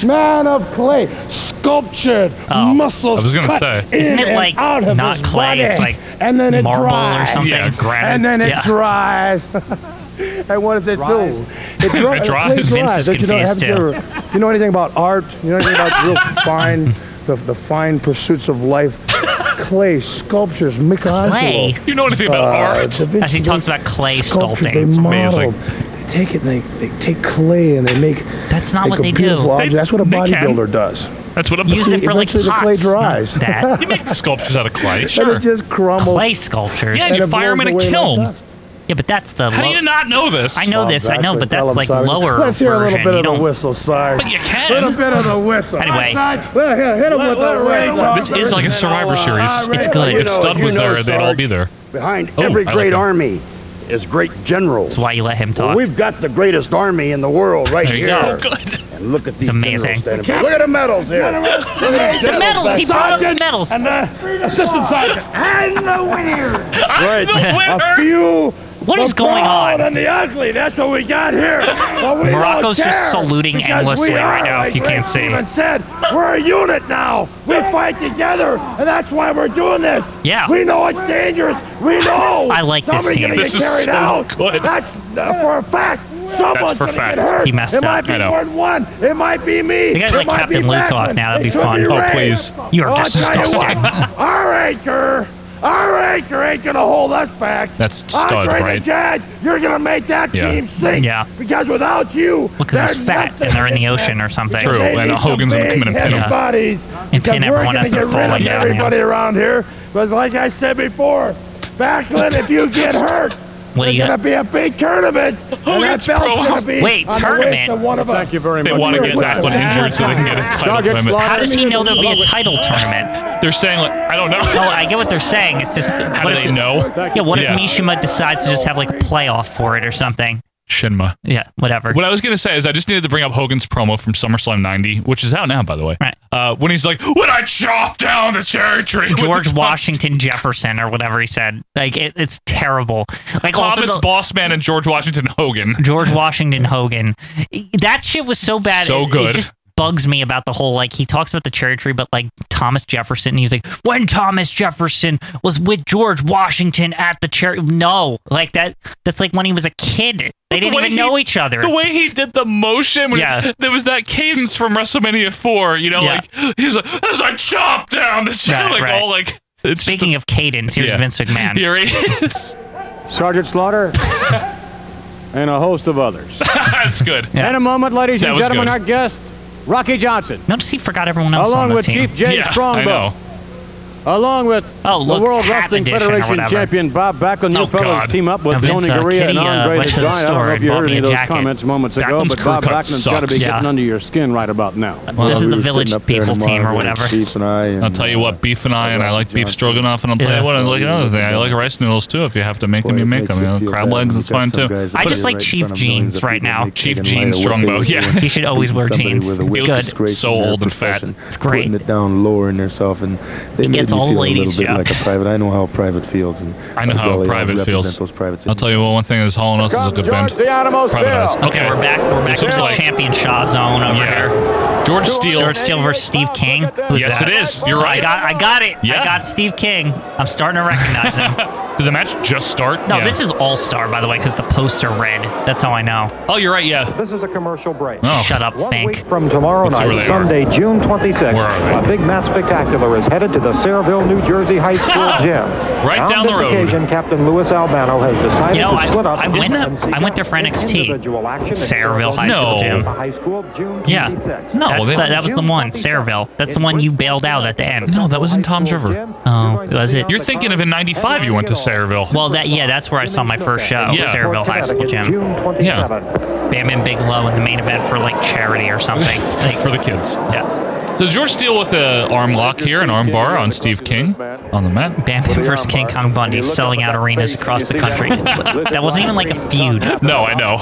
Man of clay, sculptured Oh, muscles. I was gonna cut say. in Isn't it and like out of not his clay, body. it's like and then it Marble or dries. something. Yeah, granite. And then it Yeah. dries. and what does it do? It, dri- It dries. please Vince is Don't you know, confused, haven't you ever- you know anything about art? You know anything about real fine, the, the fine pursuits of life? Clay, sculptures, Michelangelo. Clay. You know anything about uh, art? Da Vinci, As he talks about clay sculptures, sculpting, They it's amazing. modeled. They take it and they, they take clay and they make. That's not make what a they beautiful do. object. That's what a They- they can. bodybuilder does. That's what I'm Use it doing. for like Eventually the clay pots. dries. Not That You make sculptures out of clay, And sure. it just crumbles. clay sculptures. Yeah, Yeah, you it fire 'em blows in a away like kiln. dust. but that's the. How do low- you not know this? I know this. I know, Exactly. but Tell that's 'em, like Simon. lower Let's hear a little version. bit you of the don't. whistles, sorry. But you Little can. bit of the whistle. Anyway. Well, here, hit him with the whistle. This is like a Survivor Series. It's good. If Stud you was know, there, they'd all Sarge. be there. Behind Oh, every I like great that. army is great generals. That's why you let him talk. We've got the greatest army in the world right There you go. here. Good. And look at these generals amazing. standing by. Look at the medals here. The medals. He brought up the medals. And the assistant sergeant. And the winner. I'm the winner. Few. What is the going proud on? And the ugly. That's what we got here. But we Morocco's don't care just saluting because we endlessly are, right now, if like you can't Ray see. Stevens said, we're a unit now. We fight together, and that's why we're doing this. Yeah. We know it's dangerous. We know. I like this somebody's team. gonna This get is carried so out. good. That's uh, for a fact. Someone's for gonna fact. Get hurt. He messed up. it Might be I know. more than one. It might be me. You guys It like might Captain be Lou talk Backlund. now. That'd be It could fun. Oh, Ray. please. You're Oh, I tell you disgusting. what, Our anchor, our anchor ain't gonna hold us back. That's stud, Andre the right? Giant, you're gonna make that Yeah. team sink. Yeah. Because without you, Because he's they're fat nothing and they're in the this ocean or something. True. they and need Hogan's some gonna come in and big pin heavy him. Bodies, And pin because we're everyone gonna as they're get rid of falling down, yeah. Everybody around here, because like I said before, Backlund, if you get hurt, What do there's you gonna got? be a big tournament. and that Hogan's belt's pro- gonna be Wait, on the waist tournament? of one of us. Thank you very They much. want to You're get with Backlund us. injured so they can get a title Sergeant tournament. Slaughter. How does he know there'll be a title tournament? They're saying like, I don't know. No, Oh, I get what they're saying. It's just How what do if they know? Yeah, what Yeah. if Mishima decides to just have like a playoff for it or something? Shinma. Yeah, whatever. What I was gonna say is I just needed to bring up Hogan's promo from SummerSlam '90, which is out now, by the way. Right. Uh, when he's like, "When I chop down the cherry tree," with George the top- Washington Jefferson or whatever he said. Like it, it's terrible. Like also Thomas the- Bossman and George Washington Hogan. George Washington Hogan. That shit was so bad. So it- good. It just bugs me about the whole like he talks about the cherry tree, but like Thomas Jefferson, he's like when Thomas Jefferson was with George Washington at the cherry. No, like that. That's like when he was a kid. They They didn't way even he- know each other. The way he did the motion, was, Yeah. there was that cadence from WrestleMania Four. You know, Yeah. like he's like, "As I chop down the chair," Right, like right. all like it's just Speaking of cadence, here's Yeah. Vince McMahon. here he is. Sergeant Slaughter and a host of others. That's good. Yeah. In a moment, ladies That and was gentlemen, good. our guest, Rocky Johnson, Notice he forgot everyone else on along the with team. Chief Jay Yeah, I Strongbow, know. along with Oh, look, the World Hat Wrestling Edition or Federation whatever. champion Bob Backlund. You Oh, fellas God. team up Now, with Vince, Tony uh, Guerrilla and Kitty, uh, Andre went the to the Giant. I don't store know if and you bought heard me any a of those jacket. comments moments ago, Backlund's but crew Bob cut Backlund's got to be sucks. Yeah. getting under your skin right about now. Well, this is the village people team or whatever. I'll tell uh, you what, beef and I, and I like beef stroganoff, and I'll tell Yeah. you what, I like another thing. I like rice noodles too. If you have to make them, you make them. You know, crab legs, that's fine too. I just like Chief Jeans right now. Chief Jeans Strongbow, yeah. He should always wear jeans. It's He looks good. so old and fat. It's great. Putting it down, lowering herself, and they He made gets me all feel ladies' a little job. bit like a private. I know how a private feels. And I know as how a well, private represent feels. Those privates I'll tell you what, one thing is Hall and Oates is a good band. Private Eyes. Okay, we're back. We're back This to looks the like- champion Shaw zone over here. Yeah. George Steele. George Steele versus Steve King. Who's Yes, that? it is. You're I right. got, I got it. Yeah. I got Steve King. I'm starting to recognize him. Did the match just start? No, Yeah. this is All Star, by the way, because the poster red. That's how I know. Oh, you're right. Yeah. This is a commercial break. Oh. Shut up, One Fink. week from tomorrow Let's see where they night, are. Sunday, June Where are 26th, they? a Big Mat Spectacular is headed to the Sayreville, New Jersey High School gym. Right On down this the road. occasion, Captain Louis Albano has decided You know, I- to split up. I went- and seek I went there out for NXT. individual action at Sayreville High School Sayreville gym. High School, June Yeah. 26th. No, That's they- the, that was the one, Sayreville. That's the one you bailed out at the end. No, that was in Tom's River. Oh, was it? You're thinking of in '95 you went to Sayreville. Well, that yeah, that's where I saw my first show. Yeah. Sayreville High School Gym. June 27th. Bam and Big Low in the main event for like charity or something. Like, for the kids. yeah, So George Steele with the arm lock here, an arm bar on Steve King on the mat. Bam Bam versus King Kong Bundy selling out arenas across the country. that wasn't even like a feud. No, I know.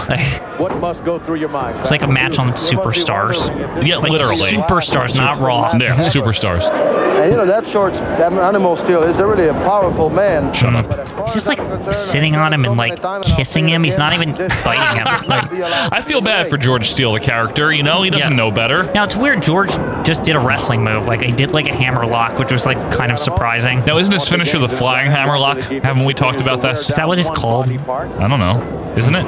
What must go through your mind? It's like a match on superstars. Yeah, Like literally. Superstars, not Raw. Yeah, superstars. And you know, that short, that animal steel is a really a powerful man. Shut up. He's just like sitting on him and like kissing him. He's not even biting him. Like, I feel bad for George Steele, the character. You know, he doesn't Yeah. know better. now it's weird. George just did a wrestling move. Like he did like a hammer lock, which was like kind of surprising. Now, isn't his finisher the flying hammer lock? Haven't we talked about that? Is that what it's called? I don't know. Isn't it?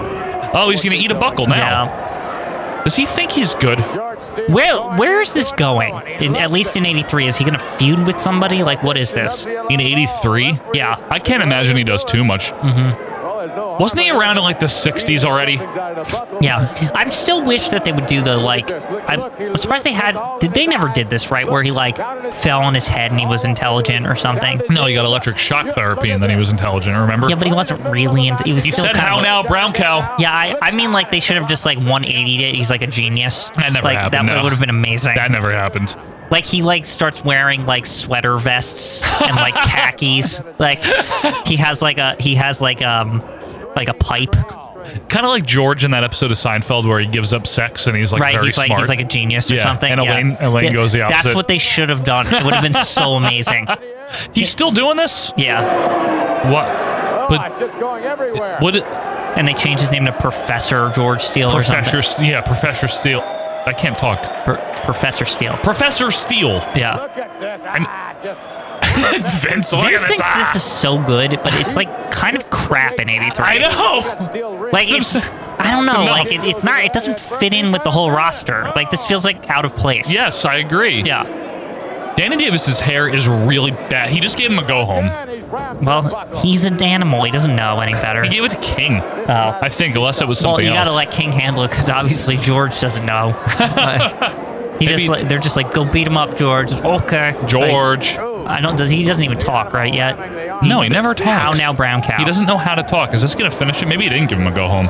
Oh, he's gonna eat a buckle now. Yeah. Does he think he's good? Where where is this going? In, at least in '83, is he gonna feud with somebody? Like what is this? In '83? Yeah. I can't imagine he does too much. Wasn't he around in like the '60s already? Yeah, I still wish that they would do the like. I'm, I'm surprised they had. Did they never did this right? Where he like fell on his head and he was intelligent or something. No, he got electric shock therapy, and then he was intelligent. Remember? Yeah, but he wasn't really. Into, he was He still said, kind "How of, now, brown cow?" Yeah, I, I mean, like they should have just like 180 it. He's like a genius. That never like, happened, That no. would have been amazing. That never happened. like he like starts wearing like sweater vests and like khakis. like he has like a he has like um like a pipe. Kind of like George in that episode of Seinfeld where he gives up sex and he's like right, very he's smart. like he's like a genius or Yeah, something. and yeah. Elaine- Elaine Yeah, goes the opposite. That's what they should have done. It would have been so amazing. he's still doing this. Yeah, What? But Just going everywhere. would it, and they changed his name to Professor George Steele Professor? or S- Yeah, Professor Steele. I can't talk. something. Per- Professor Steele. Professor Steele. Yeah. Ah, Vince, look Vince at this. thinks Ah! this is so good, but it's like kind of crap in '83. I know. Like it's, That's what I don't know. No. Like it, it's not. It doesn't fit in with the whole roster. Like this feels like out of place. Yes, I agree. Yeah. Danny Davis's hair is really bad. He just gave him a go home. Well, he's an animal. He doesn't know any better. He gave it to King. Oh. I think, unless it was Well, something you gotta else. let King handle it because obviously George doesn't know. he just like, they're just like go beat him up, George. Okay. Like, Oh, George. I don't. Uh, Does he doesn't even talk right yet? No, he never talks. How now, brown cow? He doesn't know how to talk. Is this gonna finish it? Maybe he didn't give him a go home.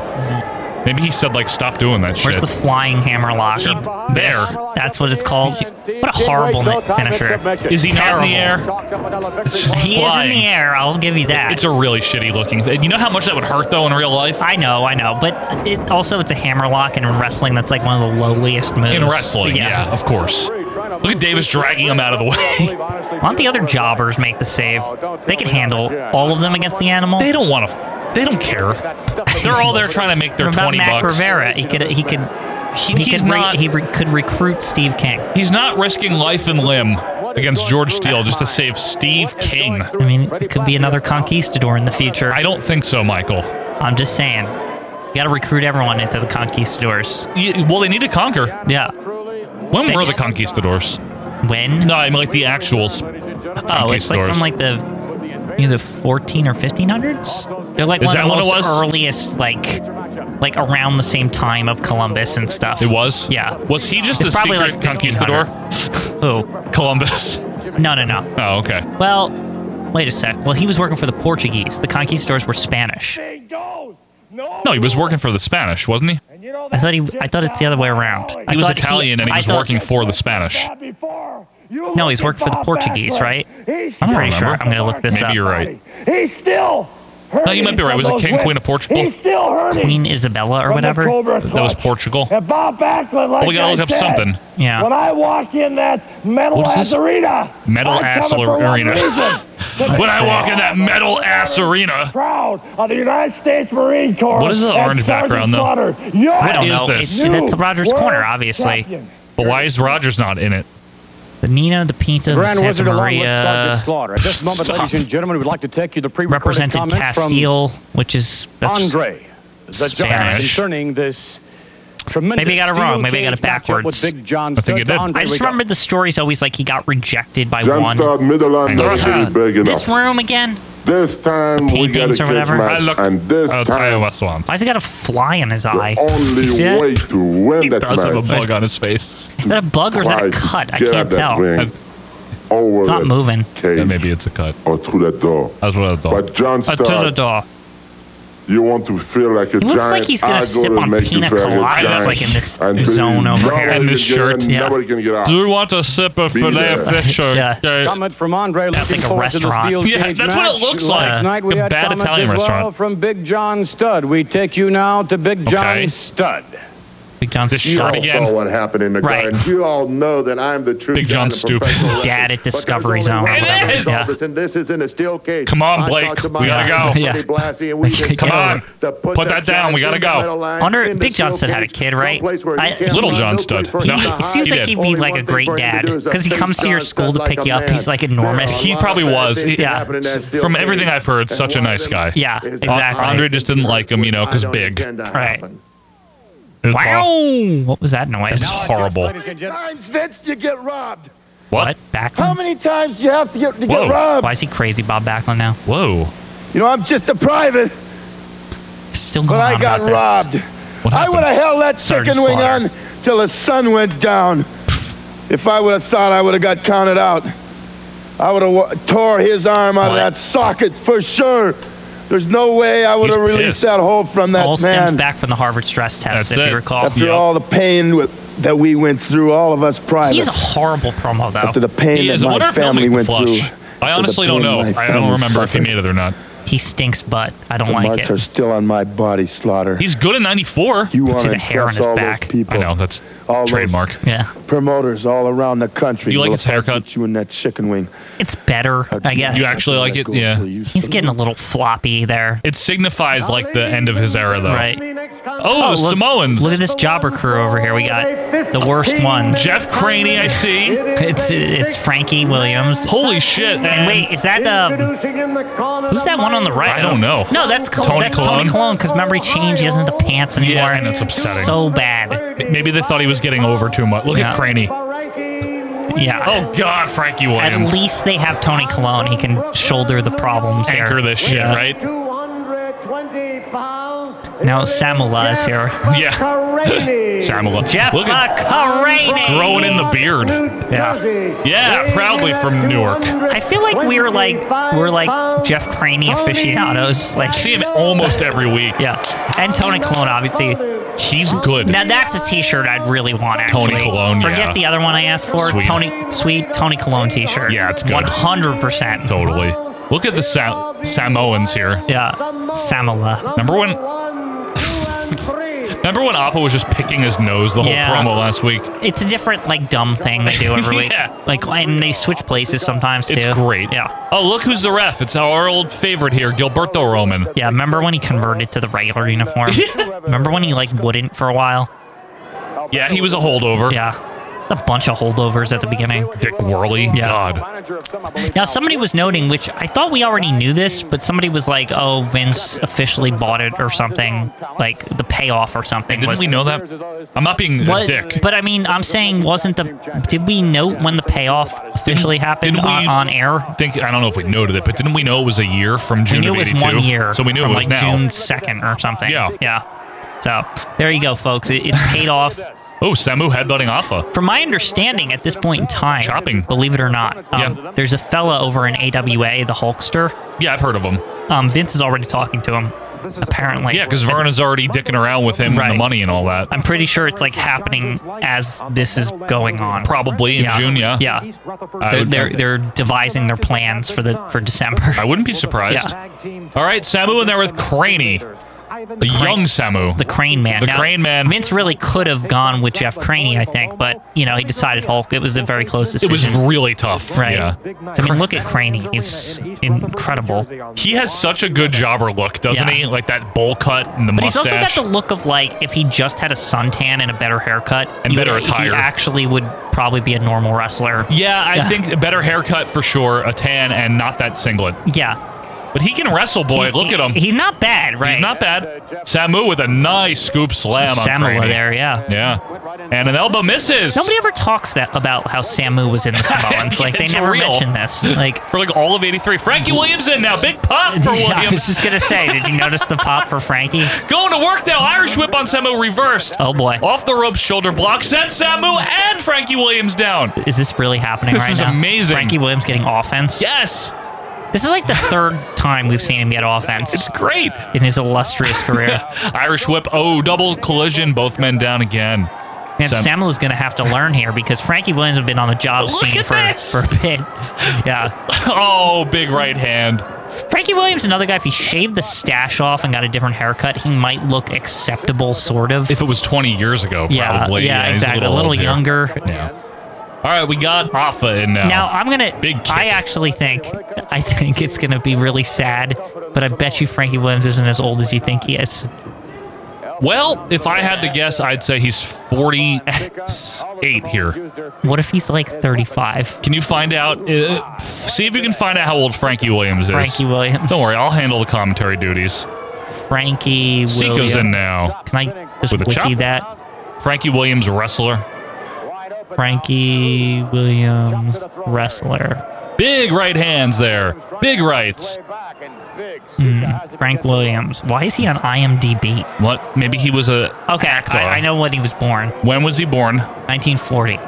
Maybe he said like, stop doing that Where's shit. the flying hammer lock? There. This- That's what it's called. What a horrible net finisher. Is he not in the Terrible. air? He is in Flying. the air. I'll give you that. It's a really shitty looking. You know how much that would hurt though in real life. I know, I know, but it, also it's a hammer lock, and in wrestling, that's like one of the lowliest moves. in wrestling, yeah. of course. Look at Davis dragging him out of the way. Why don't the other jobbers make the save? They can handle all of them against the animal. They don't want to. They don't care. They're all there trying to make their What about twenty Mac bucks. Rivera? He could, he could, He- he he's could, re- not. he re- could recruit Steve King. he's not risking life and limb against George Steele just to save Steve King. I mean, it could be another conquistador in the future. I don't think so, Michael. I'm just saying, Got to recruit everyone into the conquistadors. Ye- well, they need to conquer. Yeah. When were the conquistadors? When? No, I mean like the actuals. oh, it's like conquistadors. from like the you know, the 14 or 1500s. They're like Is one that of the when it most was? earliest, like, like around the same time of Columbus and stuff. It was. Yeah. Was he just It's a probably, secret like, conquistador? Oh Columbus. no no no. Oh, okay. Well, wait a sec. Well, he was working for the Portuguese. The conquistadors were Spanish. No, he was working for the Spanish, wasn't he? I thought he. I thought it's the other way around. I He was thought Italian and he I was thought- working for the Spanish. No, he's working for the Portuguese, right? I I'm don't pretty sure. I'm remember. gonna look this Maybe up. you're right. He's still. No, you might be right. Was it King Queen of Portugal? still hurting. Queen Isabella or whatever. That was Portugal. And Bob Backlund, like Well, we gotta I look up said, something. When Yeah. I walk in that metal What is ass this? arena, Metal I'm ass coming for ar- one arena. reason. When I walk in that metal ass arena, proud of the United States Marine Corps. What is the and orange Sergeant background, though? Slaughter. You're I don't What is know. this? It's, new it's Rogers world Corner, obviously. champion. but why is Rogers not in it? The Nina, the Pinta, the Grand Santa Wizard along with Maria Sergeant Slaughter. At this moment, Stop. ladies and gentlemen, we'd like to take you to pre-recorded represented comments Castile, which is from that's Andre, the giant, Spanish. concerning this tremendous. Maybe I got it wrong. steel Maybe I got it cage matchup backwards. With Big John I think you Studd. did. Andre, I just we go. remember the story's always like he got rejected by one. Jumpstart middle Hang and on. not really big enough. This room again? This time we got a paintings or catch whatever. match, I look- and this Oh, Tayo time Westland. Why's he got a fly in his eye? the You see only that? way to win He that does have a match bug on his face. Is that a bug or is that a tries to cut? I get can't that tell. ring I've- over It's not that moving. cage Yeah, maybe it's a cut. or through that door. That's what I But thought. John Uh, to the Starr, door. you want to feel like He a giant. looks like he's gonna I go sip to on make you pina feel like a coladas, giant like, in this until zone over here. nobody In this can get shirt, in, yeah. Nobody can get out. Do you want a sip of uh, Be filet there. fisher? Yeah. Comment from Andre. That's like looking a forward to the restaurant. steel Yeah, cage that's what it match. looks like. Last night we A had bad comments Italian as well restaurant. from Big John Stud. We take you now to Big John Okay. Stud. Big John This Snow. shirt all again. saw what happened in the Right. garden. You all know that I'm the true Big John giant of Stupid. professional wrestling. Dad at But there's Discovery only Zone or one whatever. Robinson It Robinson. This is in a steel cage. Come on, I Blake. talked to We my gotta man, go. Tony Yeah. Blassie, Oh. and we decided Come on. to Put that down. We gotta giant go. metal line I wonder- in the Big John steel Studd had a cage, kid, right? someplace where he I- can't Little run, John no Studd. place for No, him to he hide. seems like he'd be Only like one a thing great for him to dad, do is 'cause he think comes to your John school to Studd pick like you a up. He's, man. like, There are a enormous. He lot probably of bad was. things that Yeah. happen in that steel From cage. everything I've heard, And such a one of nice them guy. Yeah, is- exactly. Andre just didn't like him, you know, 'cause I don't big. intend to Right. happen. It's all- Wow! What was that noise? It's horrible. Ladies and gentlemen, Times, Vince, you get robbed. What? What? Backlund? many times you have to get to Whoa. Why is he crazy, Bob Backlund now? Whoa. You know, I'm just a private, Still going but I on got about robbed. What I would happened? have held that Sergeant chicken wing Slaughter. on till the sun went down. If I would have thought I would have got counted out, I would have wa- tore his arm out What? of that socket for sure. There's no way I would He's have pissed. released that hold from This. that All stems man back from the Harvard stress test, That's if it. you recall. after Yep. all the pain with, that we went through, all of us He's private. a horrible promo, After though. the pain He that is. I wonder my if he'll family make the went through. flush. I honestly don't know. pain my I don't family remember if he suffered. made it or not. He stinks, but I don't The like marks it. are still on my body, Slaughter. He's good in 94. you I see want to the hair on impress his all back. those people. I know. That's All those trademark. Yeah, promoters all around the country. Do you like will his haircut? put You in that chicken wing. it's better, I guess. You actually like it? Yeah. He's getting a little floppy there. It signifies like the end of his era, though. Right. Oh, look- Samoans. Look at this jobber crew over here. We got the worst ones. Jeff Craney, I see. It's it's Frankie Williams. Holy shit. And wait, is that um? Who's that one on the right? I don't know. No, that's Col- Tony Tony that's Tony Colon? Colon because remember he changed. He doesn't have the pants anymore. Yeah, and it's upsetting. So bad. Maybe they thought he was getting over too much. Look Yeah. at Craney. Yeah. Oh, God, Frankie Williams. At least they have Tony Colon. He can shoulder the problems here. Anchor this shit, Yeah. right? Now Samula is here. Yeah. Samula. Jeff Look at Macaroni. growing in the beard. Yeah. Yeah, proudly from Newark. I feel like we're like we're like Jeff Craney aficionados. Like See him almost every week. Yeah. And Tony Colon, obviously. He's good. Now that's a T-shirt I'd really want. Actually. Tony Colon, Forget yeah. the other one I asked for. Sweet. Tony, sweet Tony Colon T-shirt. Yeah, it's good. One hundred percent. Totally. Look at the Sa- Samoans here. Yeah. Samala. Remember when? Remember when Alpha was just picking his nose the whole Yeah. promo last week? It's a different like dumb thing they do every week. Yeah. Like and they switch places sometimes too. It's great. Yeah. Oh, look who's the ref. It's our old favorite here, Gilberto Roman. Yeah, remember when he converted to the regular uniform? remember when he like wouldn't for a while? Yeah, he was a holdover. Yeah. A bunch of holdovers at the beginning. Dick Worley. Yeah. God. Now, somebody was noting, which I thought we already knew this, but somebody was like, "Oh, Vince officially bought it or something, like the payoff or something." Didn't was, we know that? I'm not being a What- dick. But I mean, I'm saying, wasn't the did we note when the payoff officially happened didn't we- on, on air? Think I don't know if we noted it, but didn't we know it was a year from We June knew of it was 82? one year, so we knew from it was like now. June second or something. Yeah. yeah. So there you go, folks. It, it paid off. Oh, Samu headbutting Alpha. From my understanding, at this point in time, Chopping. believe it or not, um, Yeah. there's a fella over in AWA, the Hulkster. Yeah, I've heard of him. Um, Vince is already talking to him, apparently. Yeah, because Verna's already dicking around with him and Right. the money and all that. I'm pretty sure it's like happening as this is going on. Probably in June, yeah. Yeah. I They're, would- they're they're devising their plans for the for December. I wouldn't be surprised. Yeah. All right, Samu in there with Craney, the young Samu. The Crane Man. The Crane Man. Vince really could have gone with Jeff Craney, I think, but you know he decided Hulk. It was a very close it decision. was really tough. right. Yeah. So, I mean, look at Craney. He's incredible. He has such a good jobber look, doesn't Yeah. he? Like that bowl cut and the But he's mustache. also got the look of like if he just had a suntan and a better haircut, And you- better attire. he actually would probably be a normal wrestler. yeah, I Yeah. think a better haircut for sure, a tan, and not that singlet. Yeah, But he can wrestle, boy. He- Look he- at him. He's not bad, right? He's not bad. Samu with a nice scoop slam on Samoa Craney. there, yeah. Yeah. And an elbow misses. Nobody ever talks that about how Samu was in the Samoans. Like they It's never real. mention this. Like for like all of 83. Frankie Williams in now. Big pop for Yeah, I was Williams. just gonna say, did you notice the pop for Frankie? Going to work now. Irish whip on Samu reversed. Oh boy, Off the rope shoulder block. Set Samu and Frankie Williams down. is this really happening This right is now? amazing. Frankie Williams getting offense. Yes. This is like the third time we've seen him get offense It's great. in his illustrious career. Irish whip. Oh, double collision. Both men down again. And Sam- Samuel is going to have to learn here because Frankie Williams has been on the job Look scene at for, this! for a bit. Yeah. Oh, big right hand. Frankie Williams, another guy, if he shaved the stash off and got a different haircut, he might look acceptable, sort of. If it was 20 years ago, yeah, probably. yeah, he's exactly. A little, old here. younger. Yeah. All right, we got Alpha in now. Now I'm gonna. Big kick. I actually think. I think it's gonna be really sad, but I bet you Frankie Williams isn't as old as you think he is. Well, if I had to guess, I'd say he's 48 here. What if he's like 35? Can you find out? Uh, see if you can find out how old Frankie Williams is. Frankie Williams. Don't worry, I'll handle the commentary duties. Frankie Williams. Siko's in now. Can I just With a wiki chop. that? Frankie Williams, wrestler. Frankie Williams wrestler. Big right hands there. Big rights. Mm, Frank Williams. Why is he on IMDb? What? Maybe he was a. Okay, I, I know when he was born. When was he born? 1940.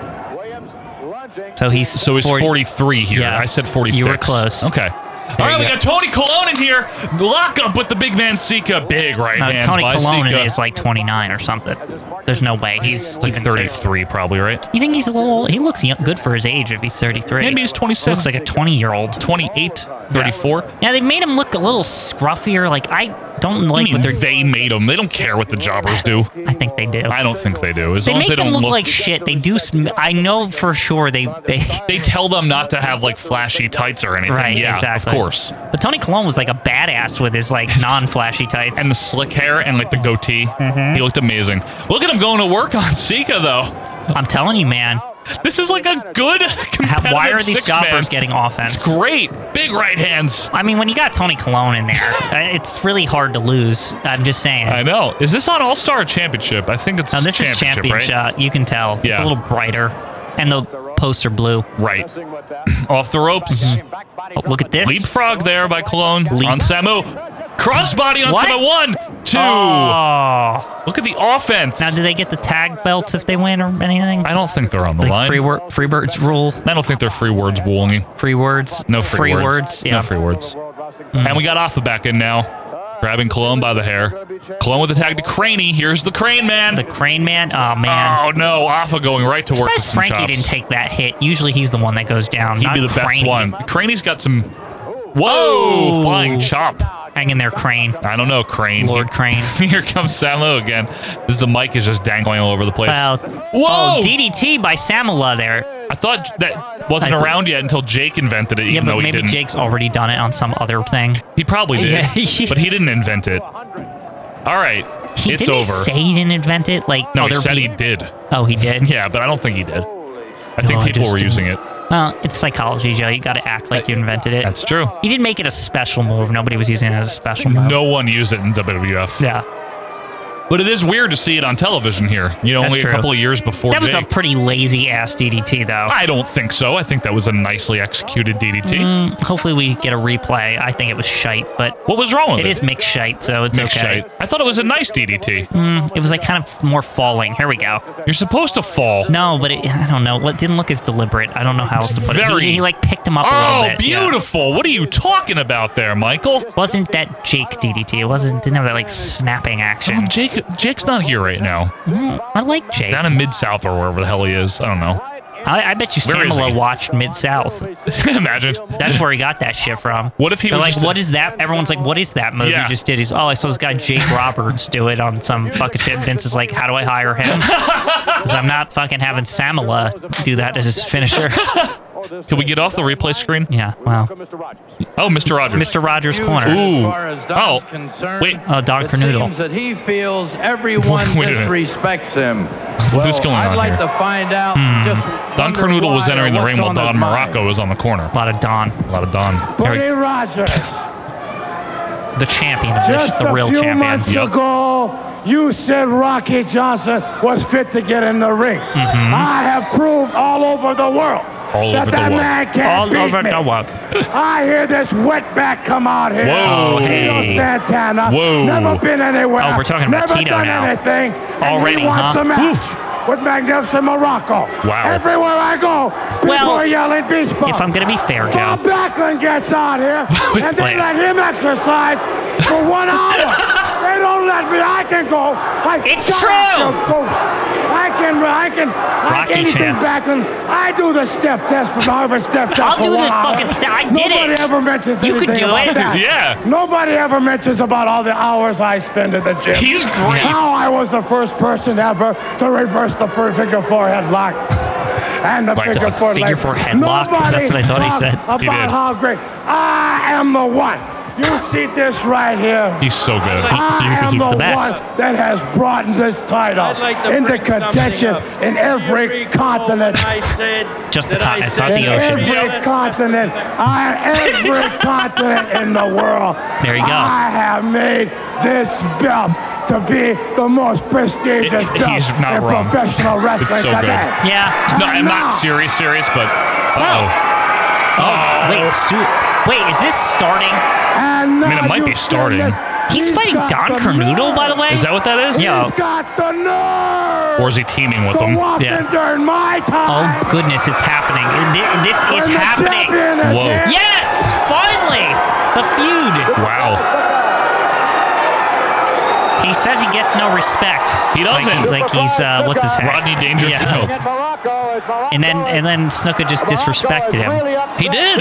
So he's So he's 40 43 here. Yeah. I said 46. You were close. Okay. All right, you we go. got Tony Colon in here. Lock up with the big man Sika. Big right No, hands Uh, Tony by Colon Sika. is like 29 or something. There's no way he's like even 33, probably, right? You think he's a little? He looks young, good for his age if he's 33. Maybe he's 27. Looks like a 20 year old. 28, 34. What Yeah, they made him look a little scruffier. Like I don't do you like mean what they're. they made them. They don't care what the jobbers do. I think they do. I don't think they do. As They long as make they them don't look, like shit. They do. Sm- I know for sure they they. They tell them not to have like flashy tights or anything. Right, yeah, exactly. of course. But Tony Colon was like a badass with his like non-flashy tights. And the slick hair and like the goatee. Mm-hmm. He looked amazing. Look at him going to work on Sika though. I'm telling you, man. This is like a good competitive How, why are these six man. jobbers getting offense? It's great. Big right hands. I mean, when you got Tony Colon in there, uh, it's really hard to lose. I'm just saying. I know. Is this on All Star Championship? I think it's Now this is championship, champion right? shot. You can tell. It's Yeah. a little brighter, and the posts are blue. Right. Off the ropes. Oh, look at this. Leapfrog there by Cologne Leap. on Samu. Crossbody on What? Samu. One, two. Oh. Look at the offense. Now, do they get the tag belts if they win or anything? I don't think they're on the like line. free wor- Freebirds rule, I don't think they're free words, Wooling. free words. No free, words. Yeah. Mm. No free words. And we got Alpha back in now, grabbing Cologne by the hair. Cologne with the tag to Craney. Here's the Crane Man. The Crane Man. Oh man. oh no, Alpha going right to work. with Surprised some Frankie chops. didn't take that hit. Usually he's the one that goes down. He'd not be the best Crane. one. Craney's got some. Whoa! Oh. Flying chop. Hang in there, Crane. I don't know, Crane. Lord Crane. Here comes Samu again. This the mic is just dangling all over the place. Wow. Whoa! Oh, DDT by Samula there. I thought that wasn't I thi- around yet until Jake invented it, even Yeah, though but he maybe didn't. Jake's already done it on some other thing. he probably did, Yeah, yeah. but he didn't invent it. All right, He it's didn't he over. say he didn't invent it. Like no, other he said he peop- did. Oh, he did. Yeah, but I don't think he did. I think No, I people just were using it. didn't- Well, it's psychology, Joe. You got to act like you invented it. That's true. You didn't make it a special move. Nobody was using it as a special move. No one used it in WWF. Yeah. But it is weird to see it on television here. You know, That's only true. a couple of years before That was a Jake. pretty lazy ass DDT, though. I don't think so. I think that was a nicely executed DDT. Mm, hopefully, we get a replay. I think it was shite, but What was wrong with it it? is mixed shite, so it's Mixed okay. shite. I thought it was a nice DDT. Mm, it was like kind of more falling. Here we go. You're supposed to fall. No, but it, I don't know. What didn't look as deliberate. I don't know how else to put it. Very- He, he like picked him up a Oh, little bit. yeah. beautiful. What are you talking about there, Michael? Wasn't that Jake DDT? It wasn't didn't have that like snapping action. Well, Jake, Jake's not here right now. I like Jake. Down in Mid South or wherever the hell he is. I don't know. I, I bet you Where is Samula he? watched Mid South. Imagine. That's where he got that shit from. What if he They're was like, just a- what is that? Everyone's like, what is that move Yeah. you just did? He's, oh, I saw this guy Jake Roberts do it on some fucking shit. Vince is like, how do I hire him? Because I'm not fucking having Samula do that as his finisher. Can we get off the replay screen? yeah, well, Oh, Mr. Rogers. Mr. Rogers' corner. Ooh. Don's Oh. Wait. Oh, Don Carnoodle. that he feels everyone Wait a minute. disrespects him. What's going on here? find out. Just Don wonder Carnoodle was why or entering the what's ring while on his Don mind. Morocco was on the corner. A lot of Don, A lot of Don. There we- Buddy Rogers. the champion of this, Just the a real few champion. months ago, you said Rocky Johnson was fit to get in the ring. Mm-hmm. I have proved all over the world All that over the that world. man can't All beat over me. the world. I hear this wetback come out here. Whoa. Tito Hey. Santana. Whoa. Never been anywhere. Oh, we're talking about Never Tito done now. anything. and Already, he wants huh? a match with Magnificent Morocco. Wow. Everywhere I go, people Well, are yelling beach ball. If I'm going to be fair, Bob Joe, Backlund gets out here, and they Wait. let him exercise for one hour. they don't let me. I can go. I It's shut true. up, you folks. I can, I can, Rocky I can anything chants. Backlund. I do the step test from Harvard step test. I'll for do one the hour. fucking step- I did Nobody it. ever mentions You anything could do about it. that. Yeah. Nobody ever mentions about all the hours I spend at the gym. He's great. How I was the first person ever to reverse the fir- figure four headlock. And the Right, the figure four figure leg. four headlock. Nobody That's what I thought he talked said. About He did. how great. I am the one. You see this right here. He's so good. I he's- am he's the, the best. one that has brought this title I'd like to into bring something contention up. in every continent. just the Did continent, I it's not say- the In oceans. every continent, I every continent in the world. There you go. I have made this belt to be the most prestigious It- belt he's not in wrong. professional wrestling so good. today. Yeah. No, I'm No. not serious, serious, but. Uh oh. Wait, Sue. Wait, is this starting? And mean, it now might you be see starting. this. He's fighting got Don the Carnoodle, by the nerve. way. Is that what that is? Yeah. He's got the nerve. Or is he teaming with to him? walk Yeah. in during my time. Oh goodness, it's happening. Th- This when is the happening. champion is Whoa. here. Yes, finally, the feud. Wow. He says he gets no respect. He doesn't. Like, like he's uh, what's his head? Rodney Dangerfield. And Morocco is Morocco And then and then Snuka just disrespected him. He did.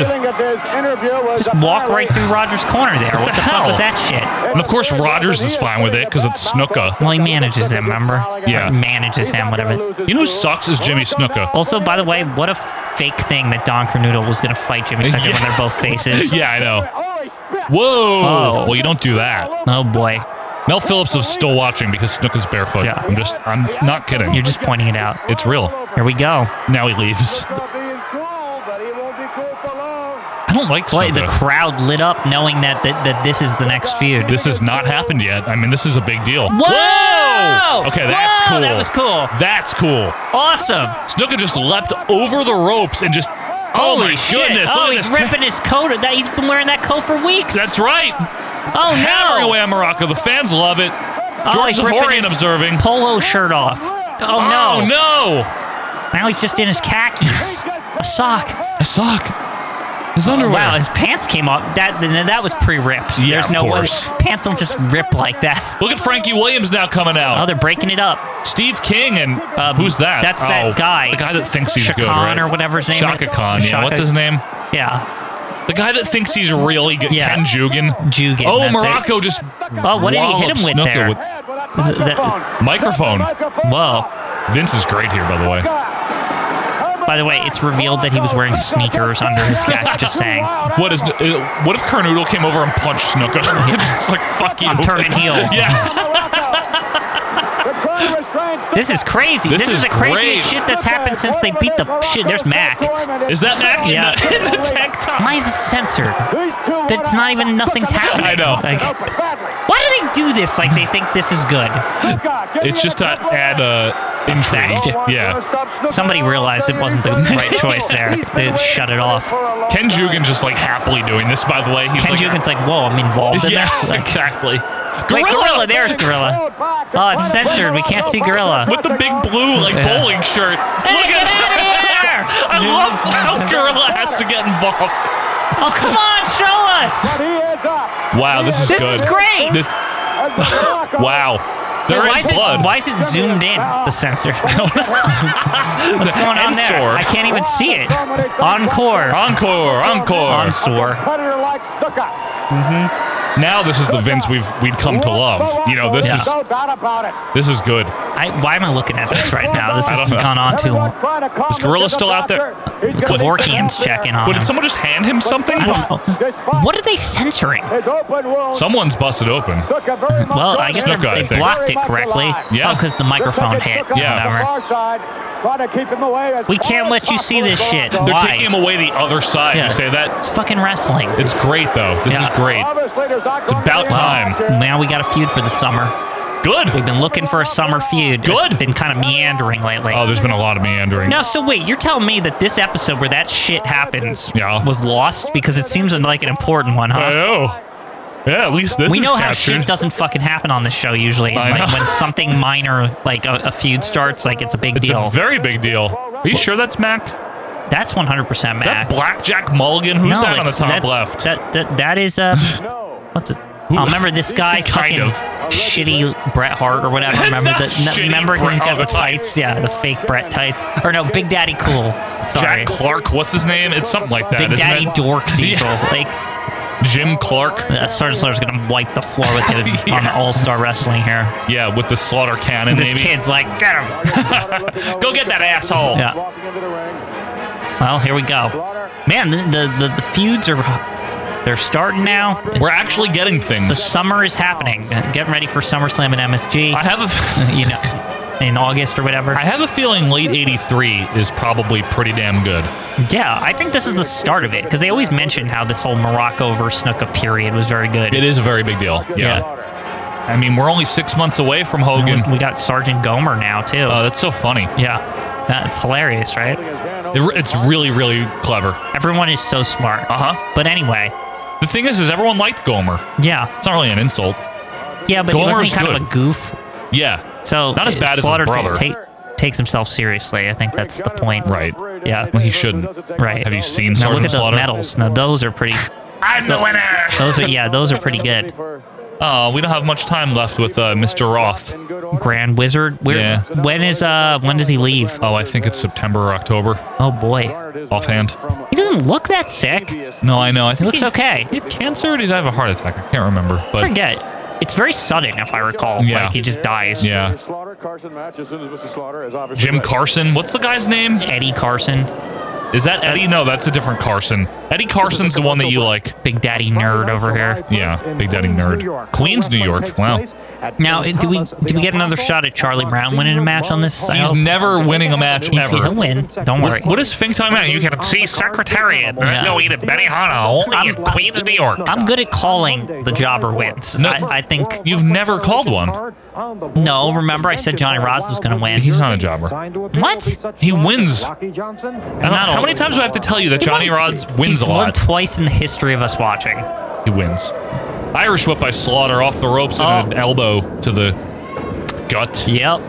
Just walk right through Rogers' corner there. What the fuck hell? was that shit? And of course, Rogers is fine with it because it's Snuka. Well, he manages him. Remember? Yeah. Or manages him. Whatever. You know who sucks is Jimmy Snuka. Also, by the way, what a fake thing that Don Carnoodle was gonna fight Jimmy Snuka Yeah. when they're both faces. Yeah, I know. Whoa. Oh. Well, you don't do that. Oh boy, Mel Phillips is still watching because Snuka's barefoot. Yeah. I'm just, I'm not kidding. you're just pointing it out. It's real. Here we go. Now he leaves. I don't like Boy, Snuka. the crowd lit up knowing that, that that this is the next feud. This has not happened yet. I mean, this is a big deal. Whoa! Okay, that's Whoa, cool. That was cool. That's cool. Awesome. Snuka just leapt over the ropes and just. Oh Holy my shit. goodness! Oh, look at he's this. ripping his coat. That he's been wearing that coat for weeks. That's right. oh Hammer no. away on Morocco. The fans love it. Oh, George he's ripping Zahorian his observing. Polo shirt off. Oh, Oh, no. no! Now he's just in his khakis. A sock. A sock. His underwear. Wow, his pants came off. That that was pre-ripped. Yeah, There's of no course. way pants don't just rip like that. Look at Frankie Williams now coming Oh, out. they're breaking it up. Steve King and Um, who's that? that's that Oh, guy. The guy that thinks he's good, Chakan right? or whatever his name Shaka is. Khan. Yeah. Shaka- What's his name? Yeah, The guy that thinks he's really good. Yeah. Ken Jugan. Jugan. Oh, that's it. Morocco just. Oh, what did he hit wallops him with Snuka there? with- Th- that- microphone. whoa. Vince is great here, by the way. By the way, it's revealed that he was wearing sneakers under his khaki. Just saying, What is? uh, What if Carnoodle came over and punched Snuka? it's like fuck you. I'm turning heel. Yeah. This is crazy. This This, is is, the craziest great. shit that's happened since they beat the shit. There's Mac. Is that Mac in Yeah. the- in the tank top? Why is it censored? That's not even nothing's happening. I know. Like, why do they do this? Like they think this is good. It's just to add uh, intrigue. Effect. Yeah. Somebody realized it wasn't the right choice there. They shut it off. Ken Jugan just like happily doing this. By the way, he's Ken like, Jugan's like, whoa, I'm involved in Yeah, this. Like, exactly. wait, gorilla, there's gorilla. Oh, it's censored. We can't see gorilla. With the big blue like Yeah. bowling shirt. Look get at outta here! I love how Gorilla has to get involved. Oh, come on, show us. Wow, this is This good. is great. This, wow, there Wait, why is is blood. It, why is it zoomed in? The censor. What's going on there? Ensor. I can't even see it. Encore. Encore, encore. Encore. Now this is the Vince we've we'd come to love. You know, this Yeah. is this is good. I, why am I looking at this right now? This I has don't know. gone on too long. Is Gorilla still out there? Kevorkian's checking on Wait, him. did someone just hand him something? Um, I don't know. What are they censoring? Someone's busted open. Well, I guess Snooker, I they, they think. blocked it correctly. Yeah. Oh, because the microphone hit. Yeah. Whatever. We can't let you see this shit. They're Why? taking him away the other side. Yeah. You say that? It's fucking wrestling. It's great though. This Yeah. is great. It's about time. Now we got a feud for the summer. Good. We've been looking for a summer feud. It's Good. been kind of meandering lately. Oh, there's been a lot of meandering. No, so wait, you're telling me that this episode where that shit happens Yeah. was lost because it seems like an important one, I huh? know. Yeah, at least this We is know how captured. shit doesn't fucking happen on this show usually. I Like, know. when something minor, like a, a feud starts, like it's a big It's deal. a very big deal. Are you sure that's Mac? That's 100% Mac. That Blackjack Mulligan? Who's no, that on the it's- top that's- left? That, that, that is, uh, what's it? Who- Oh, remember this guy Kind fucking of. shitty Bret Hart or whatever. It's Remember not the n- shitty remember he's Bret- got oh, the the tights. tights. Yeah, the fake Bret tights. Or no, Big Daddy Cool. Sorry. Jack Clark, what's his name? It's something like that. Big isn't Daddy it? Dork Diesel. Yeah. Like Jim Clark. that Star Slayer's gonna wipe the floor with him on the All Star Wrestling here. Yeah, with the slaughter cannon, this maybe. kid's like, get him. Go get that asshole. Yeah. Well, here we go. Man, the the, the, the feuds are they're starting now. We're actually getting The things. summer is happening. Uh, Getting ready for SummerSlam and MSG. I have a, f- you know, in August or whatever. I have a feeling late '83 is probably pretty damn good. yeah, I think this is the start of it because they always mention how this whole Morocco versus Snuka period was very good. It is a very big deal. Yeah. I mean, we're only six months away from Hogan. We got Sergeant Gomer now too. Oh, that's so funny. yeah, that's hilarious, right? It re- it's really, really clever. Everyone is so smart. Uh huh. But anyway, The thing is, is everyone liked Gomer. yeah, It's not really an insult. yeah, but he Gomer's wasn't he kind good. of a goof. Yeah. So Not as bad as his Slaughter ta- brother. ta- takes himself seriously. I think that's the point. Right. Yeah. Well, he shouldn't. Right. Have you seen Now Sergeant look at those Slaughter? medals. Now those are pretty. I'm the winner. Those are yeah. Those are pretty good. Oh, Uh, we don't have much time left with uh, Mr. Roth. Grand Wizard. Where? Yeah. When is uh? When does he leave? Oh, I think it's September or October. Oh boy. Offhand. He doesn't look that sick. No, I know. I He think looks he- okay. He had cancer or did he have a heart attack? I can't remember. But Forget. It's very sudden, if I recall. Yeah. Like he just dies. yeah. Jim Carson. What's the guy's name? Eddie Carson, Is that Eddie? No, that's a different Carson. Eddie Carson's the one that you like. Big Daddy nerd over here. Yeah, Big Daddy Nerd. Queens, New York. Wow. Now, eh, do we do we get another shot at Charlie Brown winning a match on this? I He's hope- never winning a match He's- ever. He'll win. Don't worry. What is Fink talking about? You can see Secretariat. Yeah. No, eat at Benihana. Only in Queens, New York. I'm good at calling the jobber wins. No. I, I think You've never called one. No, remember I said Johnny Ross was gonna win. He's not a jobber. What? He wins. I don't- Not how all- many times do I have to tell you that Johnny Rods wins He's a won lot? twice in the history of us watching. He wins. Irish whip by Slaughter off the ropes and Oh. an elbow to the gut. Yep.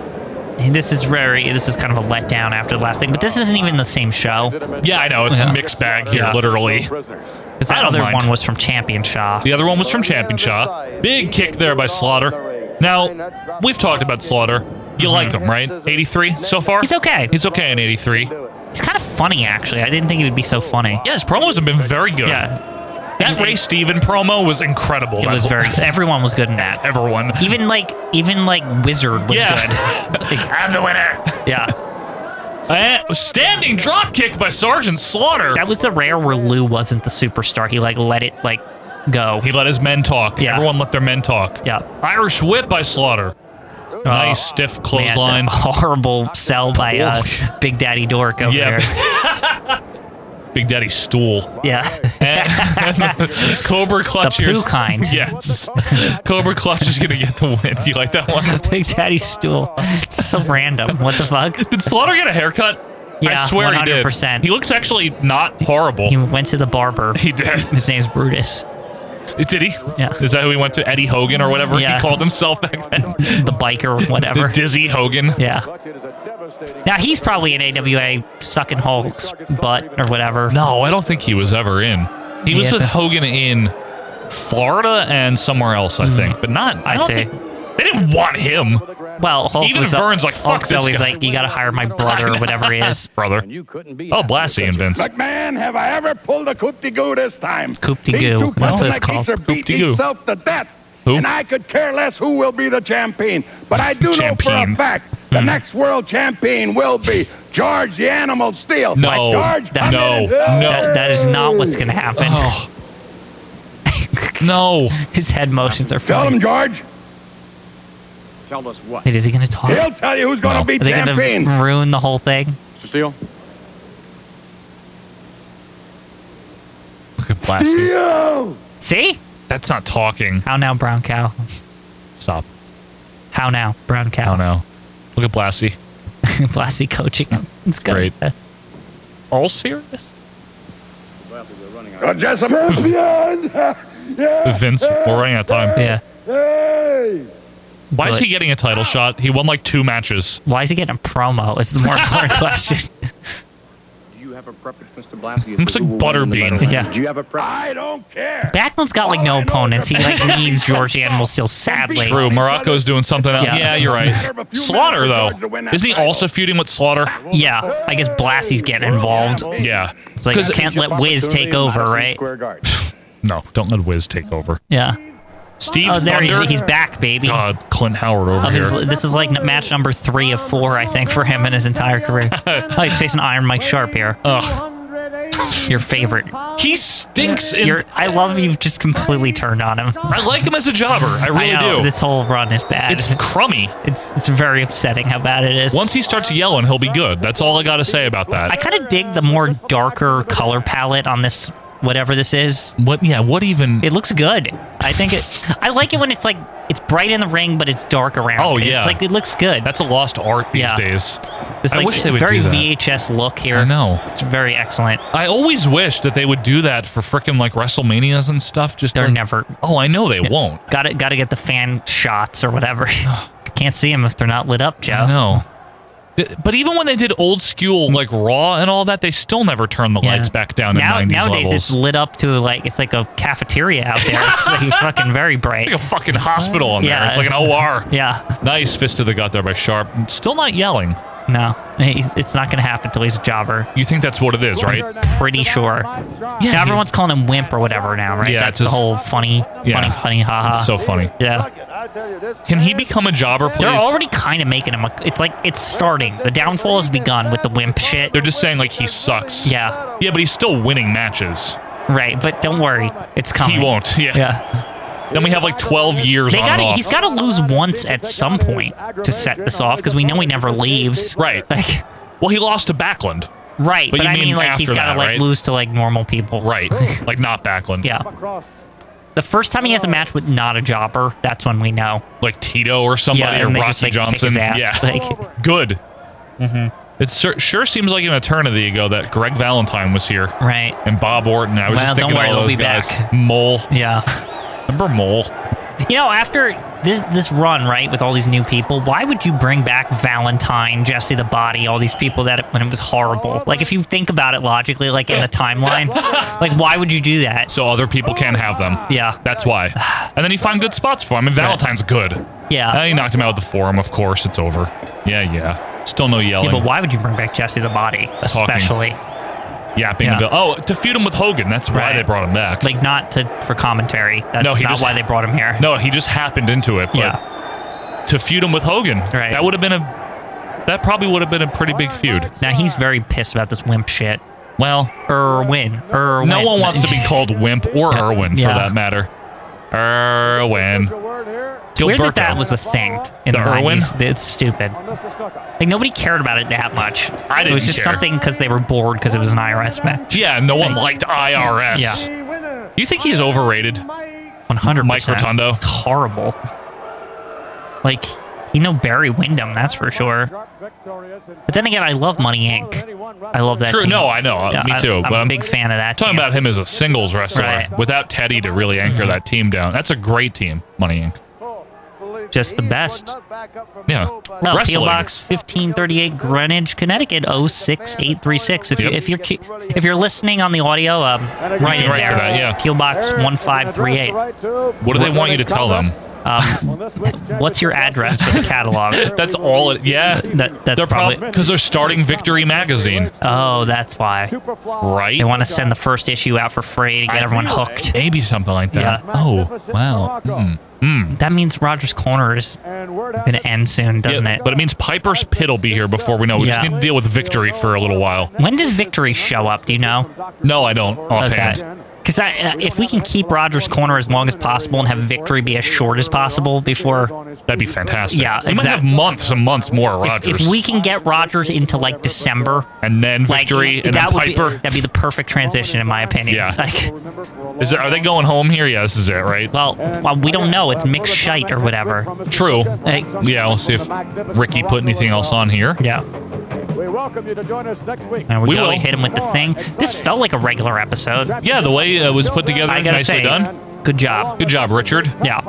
And This is very. This is kind of a letdown after the last thing, but this isn't even the same show. Yeah, I know. It's Yeah. a mixed bag here, Yeah. literally. Because that I don't other mind. one was from Champion Shaw. The other one was from Champion Shaw. Big kick there by Slaughter. Now, we've talked about Slaughter. You like him, right? 83 so far? Mm-hmm. He's okay. He's okay in 83. He's kind of funny, actually. I didn't think he would be so funny. Yeah, his promos have been very good. Yeah, That Ray Steven promo was incredible. it That was whole- very. Everyone was good in that. Everyone. Even like, even like Wizard was Yeah. good. Like, I'm the winner. yeah, Uh, standing drop kick by Sergeant Slaughter. that was the rare where Lou wasn't the superstar. He like let it like go. He let his men talk. Yeah. Everyone let their men talk. Yeah. Oh. Irish whip by Slaughter. Nice stiff Man, the clothesline. horrible sell by uh, Big Daddy Dork over Yeah. there. Big Daddy stool. Yeah. Cobra clutch. The here poo is- kind. Yes. Cobra clutch is gonna get the win. Do you like that one? Big Daddy Stool. so random. What the fuck? Did Slaughter get a haircut? Yeah, I swear he did. 100%. He looks actually not horrible. He went to the barber. He did. His name's Brutus. Did he? Yeah. Is that who he went to? Eddie Hogan or whatever Yeah. he called himself back then? The biker, whatever. The Dizzy Hogan. yeah. Now he's probably an AWA sucking Hulk's butt or whatever. No, I don't think he was ever in. He was Yeah, with the- Hogan in Florida and somewhere else, I think, but not. I, Mm-hmm. I don't see. think- they didn't want him, Well, Hulk Even was Vern's like, fuck Hulk's this always guy. like, you gotta hire my brother or whatever he is. brother. Oh, Blassie and Vince. McMahon, have I ever pulled a coup de goo this time? Coup de These goo. two That's what it's bottlenecks called. are beating goo. himself to death. Who? And I could care less who will be the champion. But I do know for a Champion. fact Mm-hmm. the next world champion will be George the Animal Steel. No. George. That- No. That, No. that is not what's gonna happen. Oh. No. His head motions are Tell funny. him, George. Wait, is he gonna talk? He'll tell you who's going to No. be Are they champion. gonna ruin the whole thing? Look at Blassie. You. See? That's not talking. How now, brown cow? Stop. How now, brown I don't cow? know. Look at Blassie. Blassie coaching. him. It's good. Great. All serious? Uh, Jessamine. Vince, we're running out of time. Yeah. Hey. Why is But- he getting a title shot? He won like two matches. Why is he getting a promo? Is the more important question. Looks like Butterbean. Yeah. I don't care. Backlund's got like no opponents. He like needs George Animal still sadly. True. Morocco's doing something else. Yeah. Yeah. you're right. Slaughter, though. Isn't he also feuding with Slaughter? Yeah. I guess Blassie's getting involved. Yeah. It's like you can't let Wiz take over, right? No, don't let Wiz take over. Yeah. Steve Oh, there Thunder. he's, he's back, baby. God, Clint Howard over Of Oh, here. his, this is like n- match number three of four, I think, for him in his entire career. oh, he's facing Iron Mike Sharp here. Ugh. Your favorite. He stinks in. You're, I love you've just completely turned on him. I like him as a jobber. I really I know, do. This whole run is bad. It's crummy. It's it's very upsetting how bad it is. Once he starts yelling, he'll be good. That's all I got to say about I that. kind of dig the more darker color palette on this whatever this is. What? Yeah. What even? It looks good. I think it. I like it when it's like it's bright in the ring, but it's dark around. Oh, it. It's yeah. like it looks good. That's a lost art these Yeah. days. it's I like wish they would very do that. VHS look here. I know. It's very excellent. I always wish that they would do that for freaking like WrestleManias and stuff. Just They're like- never. Oh, I know they won't. Got to Got to get the fan shots or whatever. Can't see them if they're not lit up, Joe. I know. Th- But even when they did old school like Raw and all that, they still never turned the Yeah. lights back down to Now- nineties nowadays levels. it's lit up to like it's like a cafeteria out there. It's like fucking very bright. like a fucking hospital on Yeah. there. It's like an OR. Yeah. Nice fist to the gut there by Sharp. Still not yelling. No. He's- It's not gonna happen till he's a jobber. You think that's what it is, right? Pretty sure. Yeah, everyone's calling him wimp or whatever now, right? Yeah, That's it's the just- whole funny, Yeah. funny, funny, haha. It's so funny. yeah. Can he become a jobber, please? They're already kind of making him. A, it's like it's starting. The downfall has begun with the wimp shit. They're just saying like he sucks. Yeah. Yeah, but he's still winning matches. Right, but don't worry, it's coming. He won't. Yeah. Oh, Yeah, Then we have like twelve years they on got and to off. He's got to lose once at some point to set this off because we know he never leaves. Right. Like, well, he lost to Backlund. right. But But, you I mean mean, like, he's after got that, to like right? lose to like normal people. Right. like not Backlund. Yeah. The first time he has a match with not a jobber, that's when we know. Like Tito or somebody yeah, or and they Rocky just, like, kick Johnson. his ass. Yeah. Like, Good. Mm-hmm. It sur- sure seems like an eternity ago that Greg Valentine was here right. and Bob Orton. I was Well, just thinking don't worry, of all those they'll be guys. back. Mole. Yeah. Remember Mole? You know, after this this run, right, with all these new people, why would you bring back Valentine, Jesse the Body, all these people that when it was horrible? Like, if you think about it logically, like in the timeline, like why would you do that? So other people can't have them. Yeah, That's why. And then you find good spots for him. And Valentine's good. yeah. Uh, he knocked him out with the forum, of course. It's over. Yeah, yeah. Still no yeah yelling. but why would you bring back Jesse the Body, especially Yapping. Yeah. About, oh, to feud him with Hogan. That's why Right. they brought him back. like not to for commentary? That's No, he not just- why they brought him here. no, he just happened into it. But yeah, To feud him with Hogan. Right. That would have been a. That probably would have been a pretty big feud. now he's very pissed about this wimp shit. Well, Erwin, Erwin. No one wants to be called wimp or Yeah. Irwin for Yeah. that matter. Irwin. Weird that that Gilberto. was a thing in the, The Irwin? 90s. It's stupid. Like nobody cared about it that much. I It was didn't just care. something because they were bored because it was an IRS match. Yeah, no one liked IRS. Yeah. You think he's overrated? One hundred Mike Rotundo. It's horrible. Like you know Barry Windham, that's for sure. But then again, I love Money Inc. I love that. Sure, team. no, I know. uh, Yeah, me I- too. I'm but a I'm big fan of that. talking team. about him as a singles wrestler Right. without Teddy to really anchor that team down. That's a great team, Money Inc. just the best. Yeah. No, Wrestling. P.O. Box 1538 Greenwich, Connecticut 06836. If, you, Yep. if you're cu- if you're listening on the audio, um, right in write to there. that, yeah. P.O. Box 1538. What do they want you to tell them? What's your address for the catalog? That's all it. Yeah. That- that's they're probably- because they're starting Victory Magazine, oh, that's why. right? They want to send the first issue out for free to get I- everyone hooked. Maybe something like that. Yeah. Oh, wow. Mm. That means Roger's Corner is going to end soon, doesn't Yeah, it? But it means Piper's Pit will be here before we know. We just Yeah. need to deal with Victory for a little while. when does Victory show up? Do you know? No, I don't offhand. Because uh, if we can keep Roger's Corner as long as possible and have Victory be as short as possible before That'd be fantastic. Yeah, we might have exact- months and months more of if, Rogers. if we can get Rogers into like December, and then like Victory and then that would be, Piper. that'd be the perfect transition in my opinion. Yeah. Like, Is there, are they going home here? Yeah, this is it, right? well, well, we don't know. It's mixed shite or whatever. True. Hey. Yeah, we'll see if Ricky put anything else on here. Yeah. We welcome you to join us next week. There we, We go. will. We hit him with the thing. This felt like a regular episode. Yeah, the way it was put together, I gotta nicely say, done. good job. Good job, Richard. Yeah.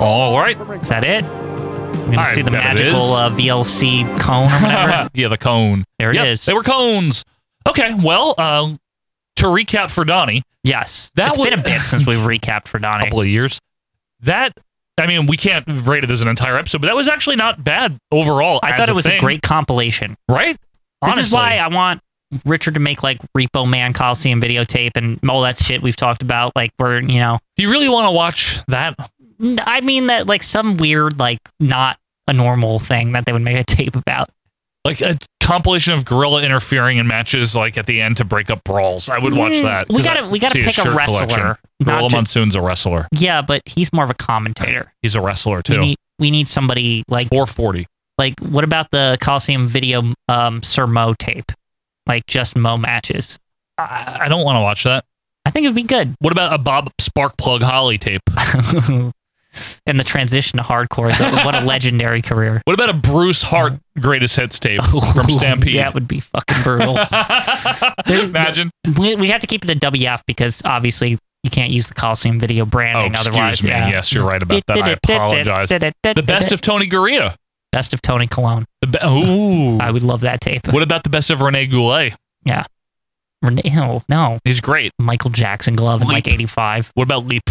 All right. Is that it? I'm gonna I see the bet it magical is. uh, VLC cone or whatever. yeah, the cone. There it Yep, is. They were cones. Okay, well, uh, to recap for Donnie, yes. That That has would- been a bit since we've recapped for Donnie. couple of years. That, I mean, we can't rate it as an entire episode, but that was actually not bad overall. I as thought it was a thing, great compilation. right? This is why I want Richard to make like Repo Man Coliseum videotape and all that shit we've talked about. Like we're you know, Do you really want to watch that? n- I mean that like some weird like not a normal thing that they would make a tape about. Like a compilation of gorilla interfering in matches, like at the end to break up brawls. I would watch Mm, that. we 'cause gotta- I we gotta see his pick a shirt wrestler, collection. not Gorilla ju- Monsoon's a wrestler. Yeah, but he's more of a commentator. He's a wrestler We too. need we need somebody like 440. like what about the Coliseum video um Sir Mo tape, like just Mo matches. I, I don't want to watch that. I think it'd be good. What about a Bob Sparkplug Holly tape? and the transition to hardcore, though, what a legendary career. What about a Bruce Hart greatest hits tape from Stampede? that would be fucking brutal. Imagine. we, we have to keep it a WF because obviously you can't use the Coliseum video Oh, branding excuse otherwise. me. yeah. Yes, you're right about that. I apologize. The best of Tony Garea. best of Tony Colon. The be- Ooh. I would love that tape. What about the best of Rene Goulet? Yeah. Rene- No, no. He's great. Michael Jackson glove in like Leap. '85. What about Leap?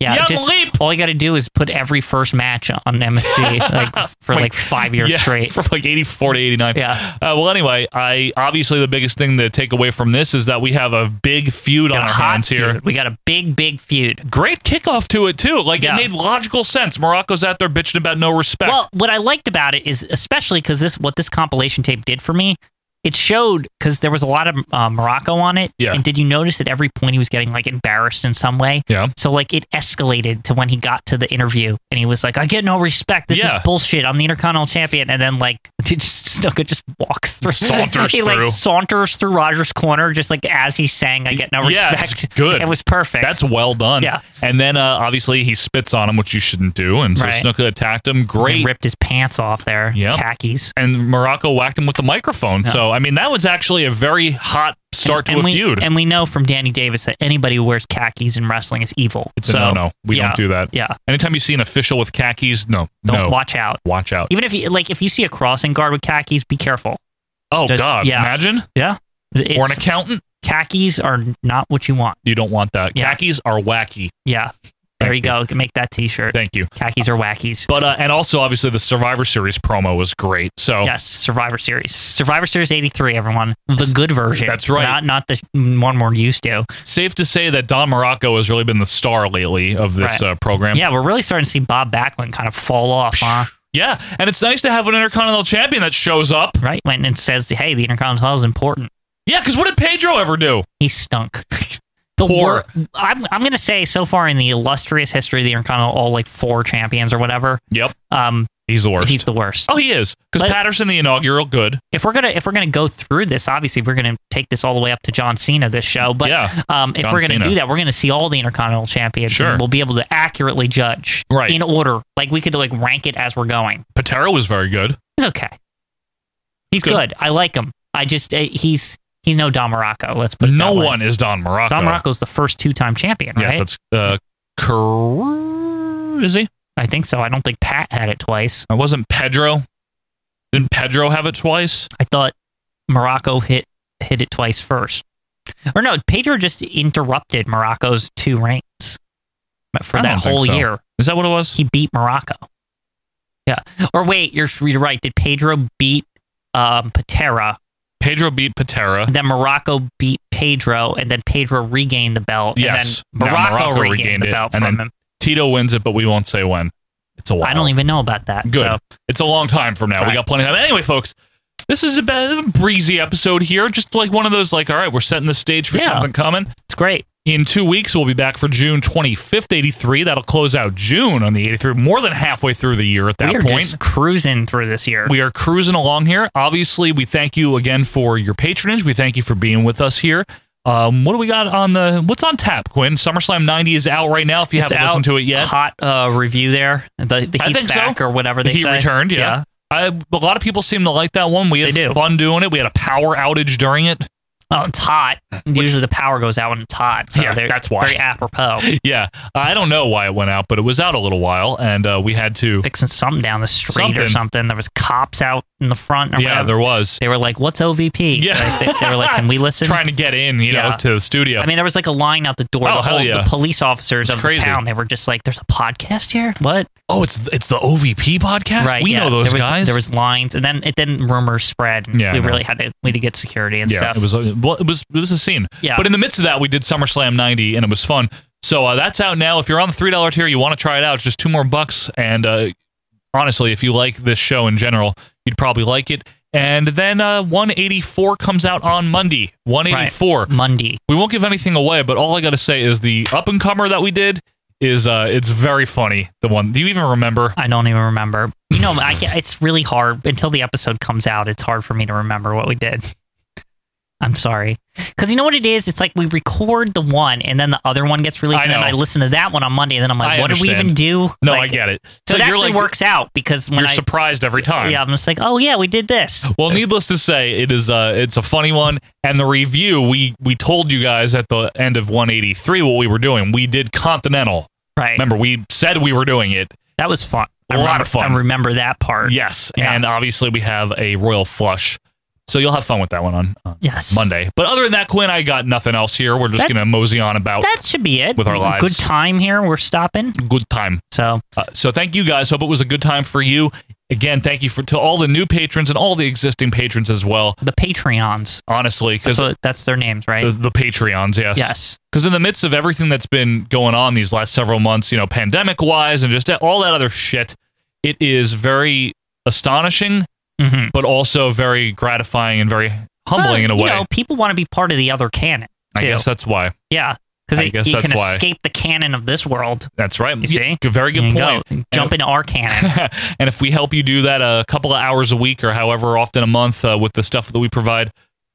Yeah, Yeah, just leap! all you got to do is put every first match on MSG like for Wait. like five years yeah, straight. From like 84 to 89. Yeah. Uh, well, anyway, I obviously the biggest thing to take away from this is that we have a big feud on Got our a hot hands here. feud. We got a big, big feud. Great kickoff to it, too. Like, Yeah. it made logical sense. Morocco's out there bitching about no respect. Well, what I liked about it is especially because this what this compilation tape did for me. It showed because there was a lot of uh, Morocco on it. Yeah. And did you notice at every point he was getting like embarrassed in some way? Yeah. So like it escalated to when he got to the interview and he was like, "I get no respect. This Yeah. is bullshit. I'm the Intercontinental Champion." And then like Snuka just walks through, Saunters he like through. saunters through Roger's corner just like as he's saying, "I get no Yeah, it's respect." good. It was perfect. That's well done. Yeah. And then uh, obviously he spits on him, which you shouldn't do. And so Right. Snuka attacked him. he Great. ripped his pants off there. Yep. Khakis. and Morocco whacked him with the microphone. So I mean, that was actually a very hot start to a we, feud. And we know from Danny Davis that anybody who wears khakis in wrestling is evil. it's a no, no. We yeah, don't do that. Yeah. Anytime you see an official with khakis, no, Don't no, watch out. watch out. Even if you like if you see a crossing guard with khakis, be careful. oh just- God, yeah. imagine. Yeah. Or an accountant, khakis are not what you want. you don't want that. Yeah. Khakis are wacky. Yeah. There Thank you go. Make that t shirt. Thank you. Khakis are wackies. But uh, and also obviously the Survivor Series promo was great. So yes, Survivor Series. Survivor Series eighty three, everyone. The good version. That's right. Not not the one we're used to. safe to say that Don Morocco has really been the star lately of this Right. uh, program. Yeah, we're really starting to see Bob Backlund kind of fall off, huh? Yeah, and it's nice to have an intercontinental champion that shows up. Right? Went and says, Hey, the Intercontinental is important. Yeah, because what did Pedro ever do? He stunk. The Poor. wor- I'm, I'm going to say so far in the illustrious history of the Intercontinental, all like four champions or whatever. Yep. Um, He's the worst. he's the worst. oh, he is. Because But- Patterson, the inaugural, good. If we're gonna if we're gonna go through this, obviously we're gonna take this all the way up to John Cena this show. But Yeah. um, if John we're gonna Cena. do that, we're gonna see all the Intercontinental champions. and Sure. we'll be able to accurately judge Right. in order. Like we could like rank it as we're going. Patera was very good. He's okay. He's Good. good. I like him. I just uh, he's he's no Don Morocco. Let's put it No that way. one is Don Morocco. Don Morocco's the first two time champion, right? Yes, that's uh, Car- is he? I think so. I don't think Pat had it twice. It wasn't Pedro. Didn't Pedro have it twice? I thought Morocco hit hit it twice first. Or no, Pedro just interrupted Morocco's two reigns for I that don't think whole so. year. Is that what it was? He beat Morocco. Yeah. Or wait, you're, you're right. Did Pedro beat um, Patera? Pedro beat Patera. Then Morocco beat Pedro, and then Pedro regained the belt. Yes. And then Now Morocco, Morocco regained, regained the it, belt and from then him. Tito wins it, but we won't say when. It's a while. I don't even know about that. Good. So It's a long time from now. We Right. got plenty of time. Anyway, folks, this is a bit of a breezy episode here. Just like one of those, like, all right, we're setting the stage for Yeah. something coming. it's great. In two weeks, we'll be back for June 25th, 83. That'll close out June on the 83, more than halfway through the year at that we are point. just cruising through this year. We are cruising along here. Obviously, we thank you again for your patronage. We thank you for being with us here. Um, what do we got on the what's on tap, Quinn? SummerSlam 90 is out right now if you It's haven't out. listened to it yet. Hot uh, review there. The, the I heat's think so. back or whatever they he say. returned, yeah. I, a lot of people seem to like that one. We had They do. fun doing it. We had a power outage during it. Well, it's hot. Usually the power goes out when it's hot. So Yeah, they're that's why. Very apropos. Yeah. I don't know why it went out, but it was out a little while and uh, we had to Fixing something down the street Something. or something. There was cops out in the front. Or Yeah, whatever. there was. They were like, "What's OVP?" Yeah. Like, they, they were like, "Can we listen?" Trying to get in, you know, Yeah. to the studio. I mean, there was like a line out the door. Oh, the, hell whole, yeah. the police officers It's of crazy. the town. They were just like, "There's a podcast here." What? oh, it's it's the OVP podcast. right. we yeah. know those there was, guys. There was lines, and then it then rumors spread. And Yeah, I we know. really had to we had to get security and yeah, stuff. it was uh, well, it was it was a scene. Yeah. But in the midst of that, we did SummerSlam 90, and it was fun. So uh, that's out now. If you're on the three dollar tier, you want to try it out. It's just two more bucks. And uh, honestly, if you like this show in general, you'd probably like it. And then uh, 184 comes out on Monday. 184. Monday. We won't give anything away, but all I gotta say is the up and comer that we did is uh, it's very funny. The one do you even remember? I don't even remember. You know, I can't- it's really hard until the episode comes out. It's hard for me to remember what we did. I'm sorry, because you know what it is. It's like we record the one, and then the other one gets released, I and then know. I listen to that one on Monday, and then I'm like, I "What did we understand. even do?" No, Like, I get it. So, it you're actually like- works out because when You're I surprised every time. yeah, I'm just like, "Oh yeah, we did this." Well, needless to say, it is uh it's a funny one. And the review we we told you guys at the end of 183 what we were doing. We did Continental. Right. Remember, we said we were doing it. that was fun. A I lot remember- of fun. I remember that part. Yes, Yeah. and obviously we have a royal flush. So you'll have fun with that one on uh, Yes. Monday. But other than that, Quinn, I got nothing else here. We're just That- gonna mosey on about That should be it. With our lives. Good time here. We're stopping. good time. So Uh, so thank you guys. Hope it was a good time for you. Again, thank you for to all the new patrons and all the existing patrons as well. the Patreons. Honestly, because That's, the, what, that's their names, right? the Patreons, yes, Yes. Because in the midst of everything that's been going on these last several months, you know, pandemic wise and just all that other shit, it is very astonishing, Mm-hmm. but also very gratifying and very humbling in a Well, way. You know, people want to be part of the other canon. I too. guess that's why. yeah, because I guess you can that's why. escape the canon of this world. That's right. You see? Good- very You good can go point. and jump into our canon. and if we help you do that a couple of hours a week or however often a month uh, with the stuff that we provide,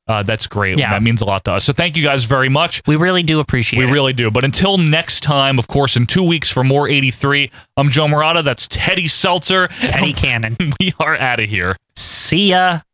uh, that's great. Yeah. That means a lot to us. So thank you guys very much. We really do appreciate. We it. really do. But until next time, of course, in two weeks for more 83, I'm Joe Morata. That's Teddy Seltzer. Teddy Cannon. We are out of here. See ya.